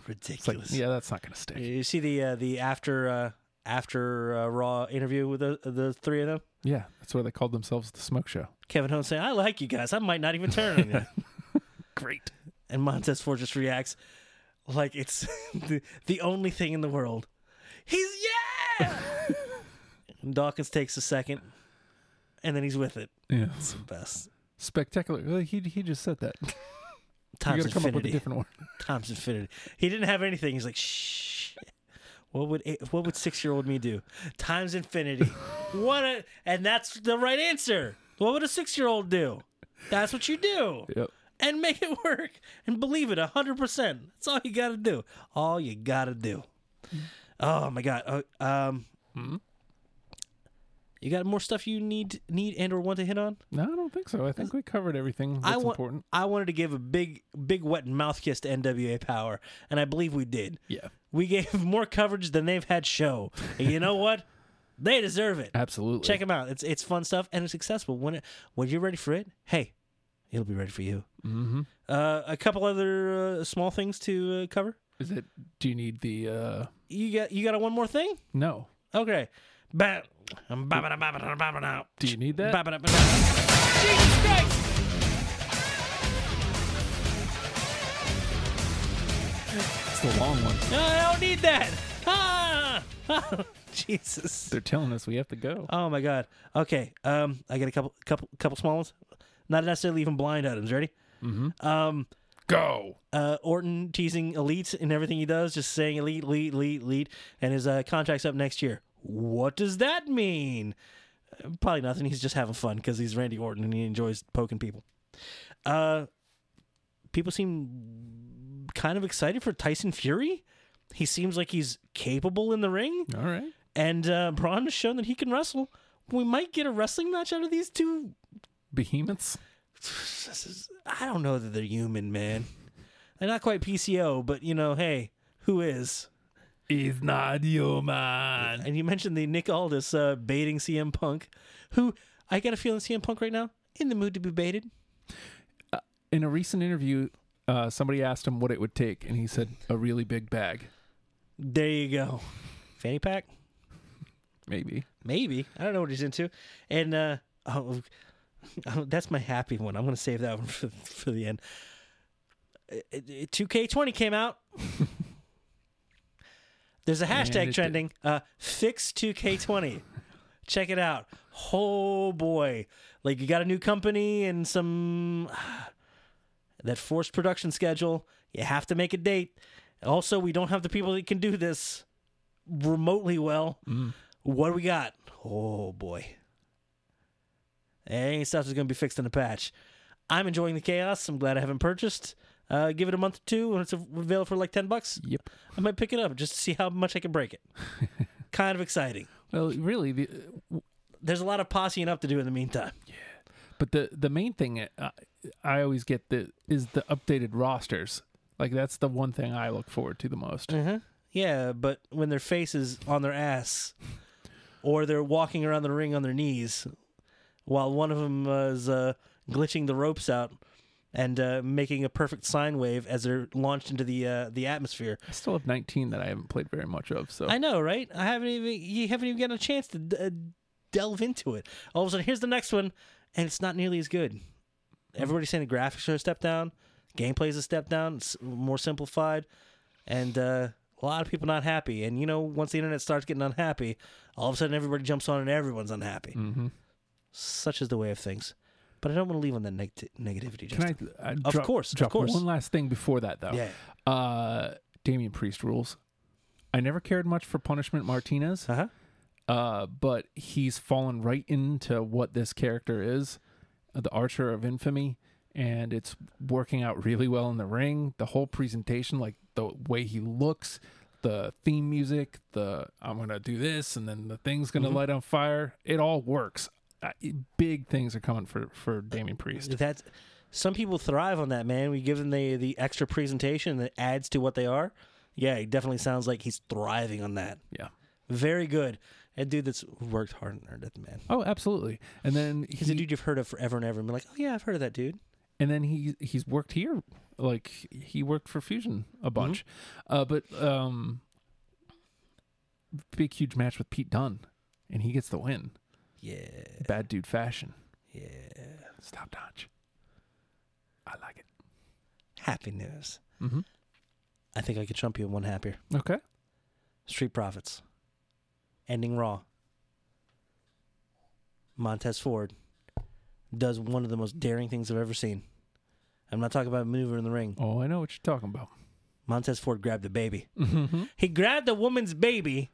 S5: It's like,
S4: Ridiculous.
S5: yeah, that's not going to stick.
S4: You see the uh, the after uh, after uh, Raw interview with the the three of them.
S5: Yeah, that's why they called themselves the Smoke Show.
S4: Kevin Owens saying, "I like you guys. I might not even turn on you."
S5: Great.
S4: And Montez Ford just reacts like it's the, the only thing in the world. He's yeah. and Dawkins takes a second, and then he's with it.
S5: Yeah.
S4: It's the best.
S5: Spectacular. Well, He, he just said that. You
S4: Times
S5: got to come up with a
S4: infinity.
S5: different word.
S4: Times infinity. He didn't have anything. He's like, shh. What would eight, what would six year old me do? Times infinity. What? A, and that's the right answer. What would a six year old do? That's what you do.
S5: Yep.
S4: And make it work. And believe it hundred percent. That's all you got to do. All you got to do. Oh my god. Uh, um.
S5: Hmm?
S4: You got more stuff you need need and or want to hit on?
S5: No, I don't think so. I think we covered everything that's
S4: I wa-
S5: important.
S4: I wanted to give a big, big wet mouth kiss to NWA Power, and I believe we did.
S5: Yeah.
S4: We gave more coverage than they've had show. And you know what? They deserve it.
S5: Absolutely.
S4: Check them out. It's it's fun stuff and it's accessible. When it, when you're ready for it, hey, it'll be ready for you.
S5: Mm-hmm.
S4: Uh, a couple other uh, small things to uh, cover.
S5: Is it? Do you need the? uh
S4: You got you got a one more thing?
S5: No.
S4: Okay. Ba- um, ba- ba- da- ba- ba- da- ba- ba- da.
S5: Do you need that?
S4: Ba- ba- da- ba- da.
S5: It's the long one.
S4: No, I don't need that. Ah! Jesus.
S5: They're telling us we have to go.
S4: Oh my god. Okay. Um, I got a couple, couple, couple small ones. Not necessarily even blind items. Ready? Mm-hmm. Um,
S5: Go.
S4: uh, Orton teasing elite in everything he does, just saying elite, elite, elite, elite, and his uh, contract's up next year. What does that mean? Uh, Probably nothing. He's just having fun because he's Randy Orton and he enjoys poking people. Uh, people seem kind of excited for Tyson Fury. He seems like he's capable in the ring
S5: All right.
S4: and uh, Braun has shown that he can wrestle. We might get a wrestling match out of these two.
S5: Behemoths.
S4: This is- I don't know that they're human, man. They're not quite PCO, but you know, hey, who is?
S5: He's not human.
S4: And you mentioned the Nick Aldis uh, baiting CM Punk, who I got a feeling CM Punk right now in the mood to be baited.
S5: In a recent interview, uh, somebody asked him what it would take, and he said a really big bag,
S4: There you go, fanny pack.
S5: maybe.
S4: Maybe I don't know what he's into, and uh, oh, oh, that's my happy one. I'm gonna save that one for, for the end. Uh, Two K twenty came out. There's a
S5: it
S4: hashtag
S5: did.
S4: trending. Uh, fix two K twenty. Check it out. Oh boy, like you got a new company and some that forced production schedule. You have to make a date. Also, we don't have the people that can do this remotely well.
S5: Mm.
S4: What do we got? Oh boy. Any stuff is going to be fixed in a patch. I'm enjoying the chaos. I'm glad I haven't purchased. Uh, give it a month or two when it's available for like 10 bucks.
S5: Yep.
S4: I might pick it up just to see how much I can break it. kind of exciting.
S5: Well, really, the,
S4: There's a lot of posseing up to do in the meantime.
S5: but the the main thing uh, I always get the is the updated rosters. Like that's the one thing I look forward to the most.
S4: Mm-hmm. Yeah, but when their face is on their ass or they're walking around the ring on their knees while one of them is uh, glitching the uh, ropes out, and uh, making a perfect sine wave as they're launched into the uh, the atmosphere.
S5: I still have 19 that I haven't played very much of. So
S4: I know, right? I haven't even you haven't even gotten a chance to d- uh, delve into it. All of a sudden, here's the next one, and it's not nearly as good. Everybody's saying the graphics are a step down, gameplay's a step down, it's more simplified, and uh, a lot of people not happy. And you know, once the internet starts getting unhappy, all of a sudden everybody jumps on and everyone's unhappy.
S5: Mm-hmm.
S4: Such is the way of things. But I don't want to leave on that negati- negativity. Justin.
S5: can I? I uh,
S4: Of
S5: drop-
S4: course, of
S5: drop
S4: course.
S5: One last thing before that, though.
S4: Yeah.
S5: Uh, Damian Priest rules. I never cared much for Punishment Martinez,
S4: Uh huh.
S5: uh, but he's fallen right into what this character is, uh, the Archer of Infamy, and it's working out really well in the ring. The whole presentation, like the way he looks, the theme music, the I'm gonna do this, and then the thing's gonna light on fire. It all works. Uh, big things are coming for for Damien Priest.
S4: That's some people thrive on that, man. We give them the the extra presentation that adds to what they are. Yeah, it definitely sounds like he's thriving on that.
S5: Yeah.
S4: Very good. A dude that's worked hard and earned it, man.
S5: Oh, absolutely. And then
S4: He's a
S5: he-
S4: dude you've heard of forever and ever and be like, Oh yeah, I've heard of that dude.
S5: and then he he's worked here like he worked for fusion a
S4: Mm-hmm.
S5: bunch uh but um big huge match with pete dunn and he gets the win
S4: Yeah.
S5: bad dude fashion
S4: Yeah.
S5: stop dodge i like it
S4: Happy news.
S5: Mhm.
S4: I think I could trump you in one happier.
S5: okay
S4: Street Profits. Ending Raw. Montez Ford does one of the most daring things I've ever seen. I'm not talking about maneuver in the ring.
S5: oh i know what you're talking about
S4: Montez Ford grabbed a baby.
S5: Mm-hmm.
S4: He grabbed a woman's baby.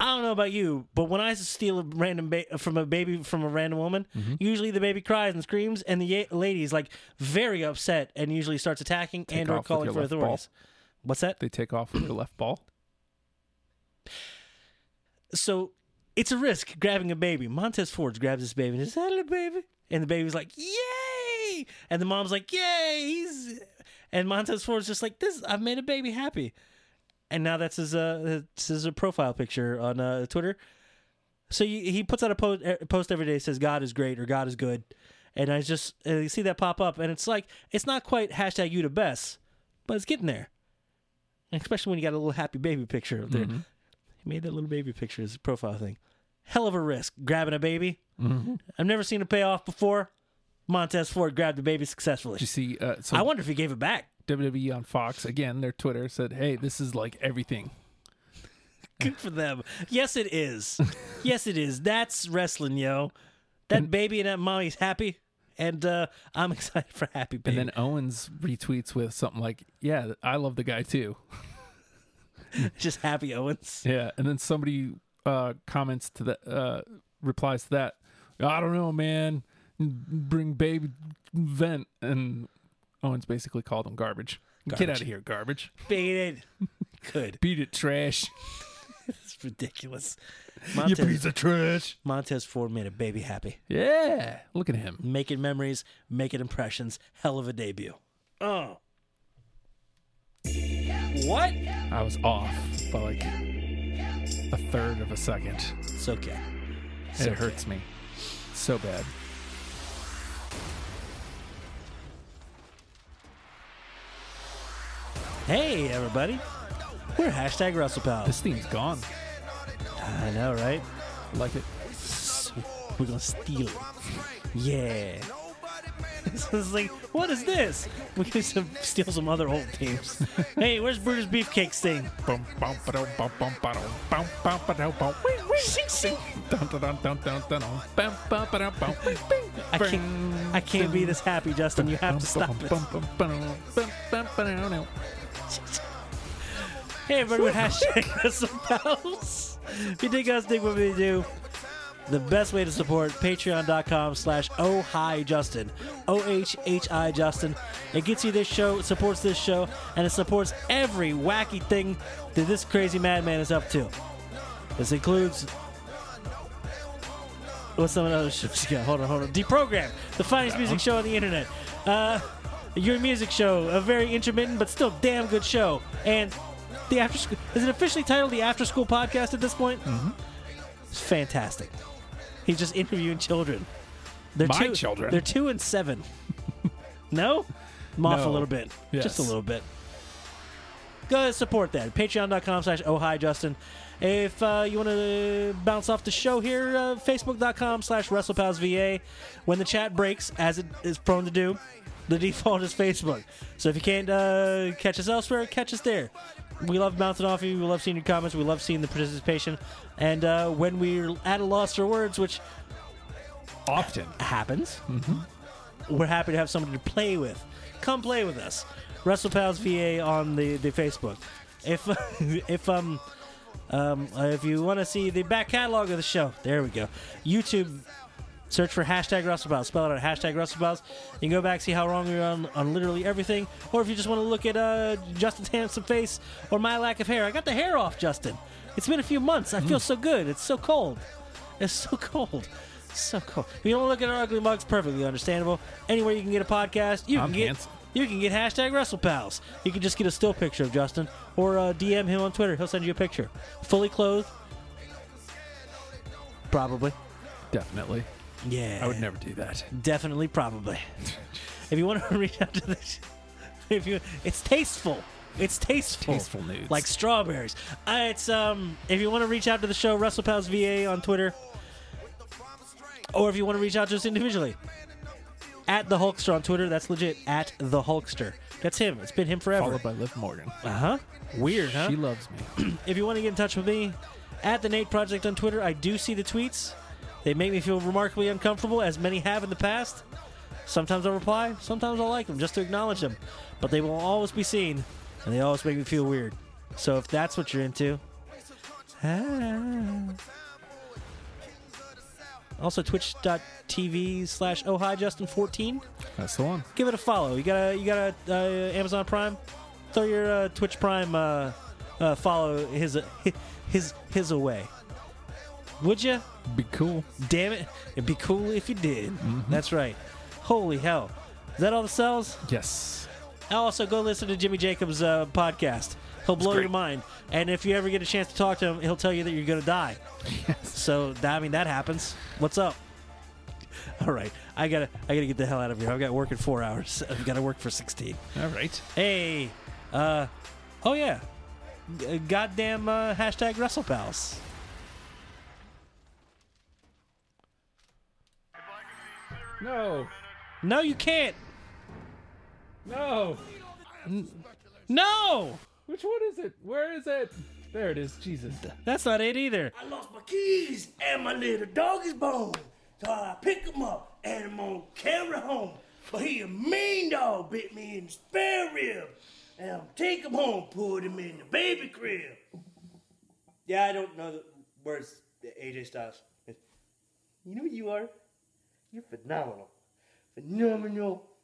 S4: I don't know about you, but when I steal a random ba- from a baby from a random woman,
S5: Mm-hmm.
S4: usually the baby cries and screams, and the ye- lady is like very upset and usually starts attacking and
S5: off
S4: or
S5: with
S4: calling
S5: your
S4: for
S5: left ball.
S4: authorities. What's that?
S5: they take off with your left ball
S4: So it's a risk grabbing a baby. Montez Ford grabs this baby and says, "Hello, baby," and the baby's like, "Yay!" and the mom's like, "Yay!" He's... and Montez Ford's just like, "This, I've made a baby happy," and now that's his uh, that's his profile picture on uh, Twitter. So he, he puts out a post, post every day that says God is great or God is good, and I just uh, you see that pop up, and it's like it's not quite hashtag you the best, but it's getting there. Especially when you got a little happy baby picture up there. He made that little baby picture his profile thing. Hell of a risk grabbing a baby. I've never seen it pay off before. Montez Ford grabbed the baby successfully.
S5: you see uh so
S4: I wonder if he gave it back.
S5: wwe on fox again their twitter said hey this is like everything
S4: Good for them. Yes, it is. yes, it is. That's wrestling, yo. That baby and that mommy's happy, and uh, I'm excited for happy baby.
S5: and then owens retweets with something like yeah i love the guy too
S4: Just happy Owens.
S5: Yeah, and then somebody uh, comments to that, uh, replies to that. I don't know, man. Bring baby vent, and Owens basically called him garbage. Get
S4: Garbage.
S5: out of here, garbage.
S4: Beat it. Good.
S5: Beat it, trash.
S4: It's ridiculous.
S5: You
S4: Montez,
S5: piece of trash.
S4: Montez Ford made a baby happy.
S5: Yeah, look at him.
S4: making memories, making impressions. Hell of a debut. Oh. What?
S5: I was off by like a third of a second.
S4: It's okay.
S5: it hurts me so bad.
S4: Hey, everybody. We're hashtag WrestlePals.
S5: This theme's gone.
S4: I know, right?
S5: I like it.
S4: We're gonna steal it. Yeah. This is like, what is this? We can some, steal some other old teams. hey, where's Brutus Beefcake's thing?
S5: Bum, bum, ba-dum, bum, bum, ba-dum, bum, bum, ba-dum, bum. Wee, wee, shing, shing. Dun, dun, dun, dun, dun, dun, dun. Bum, bum, ba-dum, bum, wee, bing.
S4: I can't, I can't be this happy, Justin. You have to stop it.
S5: Bum, bum, bum, ba-dum, bum, bum, ba-dum.
S4: Hey, everybody, with hashtag WrestlePals. If you dig us, dig what we do. The best way to support, patreon.com slash Justin. O-H-H-I Justin. It gets you this show, it supports this show, and it supports every wacky thing that this crazy madman is up to. This includes... What's some of the other shows you got? Hold on, hold on. Deprogram, the finest music show on the internet. Uh, your music show, a very intermittent but still damn good show. And the after school is it officially titled the After School Podcast at this point? Mm-hmm. It's fantastic. He's just interviewing children. They're
S5: My
S4: two,
S5: children.
S4: They're two and seven. no? I'm off a
S5: No.
S4: little bit. Just
S5: Yes.
S4: a little bit. Go ahead, support that. Patreon.com slash oh hi Justin. If uh, you want to bounce off the show here, uh, Facebook.com slash WrestlePalsVA. When the chat breaks, as it is prone to do, the default is Facebook. So if you can't uh, catch us elsewhere, catch us there. We love bouncing off you. We love seeing your comments. We love seeing the participation. And uh, when we're at a loss for words, which
S5: Often.
S4: happens. We're happy to have somebody to play with. Come play with us. WrestlePals VA on the, the Facebook. If if um um uh, if you want to see the back catalog of the show, there we go. YouTube. Search for hashtag WrestlePals. Spell it out hashtag WrestlePals. You can go back see how wrong we are on, on literally everything. Or if you just want to look at uh, Justin's handsome face or my lack of hair, I got the hair off, Justin. It's been a few months. I
S5: Mm.
S4: feel so good. It's so cold. It's so cold. So cold. If you don't look at our ugly mugs, perfectly understandable. Anywhere you can get a podcast, you
S5: I'm
S4: can get
S5: handsome.
S4: you can get hashtag WrestlePals. You can just get a still picture of Justin or uh, DM him on Twitter. He'll send you a picture, fully clothed, probably.
S5: Definitely.
S4: Yeah,
S5: I would never do that.
S4: Definitely, probably. if you want to reach out to the, if you, it's tasteful. It's tasteful.
S5: Tasteful nudes.
S4: Like strawberries. Uh, it's um. If you want to reach out to the show, WrestlePals VA on Twitter, or if you want to reach out to us individually, at the Hulkster on Twitter. That's legit. At the Hulkster. That's him. It's been him forever.
S5: Followed by Liv Morgan.
S4: Uh huh. Weird, huh?
S5: She loves me.
S4: If you want to get in touch with me, at the Nate Project on Twitter, I do see the tweets. They make me feel remarkably uncomfortable, as many have in the past. Sometimes I'll reply, sometimes I'll like them just to acknowledge them. But they will always be seen, and they always make me feel weird. So if that's what you're into. ah. Also, twitch.tv slash oh hi Justin14
S5: That's the one.
S4: give it a follow. You got a you got a uh, Amazon Prime. Throw your uh, Twitch Prime uh, uh, follow his his his away. Would you?
S5: Be cool.
S4: Damn it! It'd be cool if you did. That's right. Holy hell! Is that all the cells? Oh,
S5: Yes.
S4: Also, go listen to Jimmy Jacobs' uh, podcast. He'll blow
S5: great.
S4: your mind. And if you ever get a chance to talk to him, he'll tell you that you're going to die. So that, I mean, that happens. What's up? All right, I gotta, I gotta get the hell out of here. I've got work in four hours. I've got to work for sixteen.
S5: All right.
S4: Hey, uh, oh yeah, G- goddamn uh, hashtag WrestlePals.
S5: No.
S4: No, you can't.
S5: No.
S4: No,
S5: Which one is it? Where is it? There it is. Jesus.
S4: that's not it either.
S6: I lost my keys and my little dog is bone. So I pick him up and I'm gonna carry home. But he a mean dog bit me in the spare rib. And I'm take him home, put him in the baby crib. Yeah, I don't know the words that AJ Styles. You know what you are? You're phenomenal. Phenomenal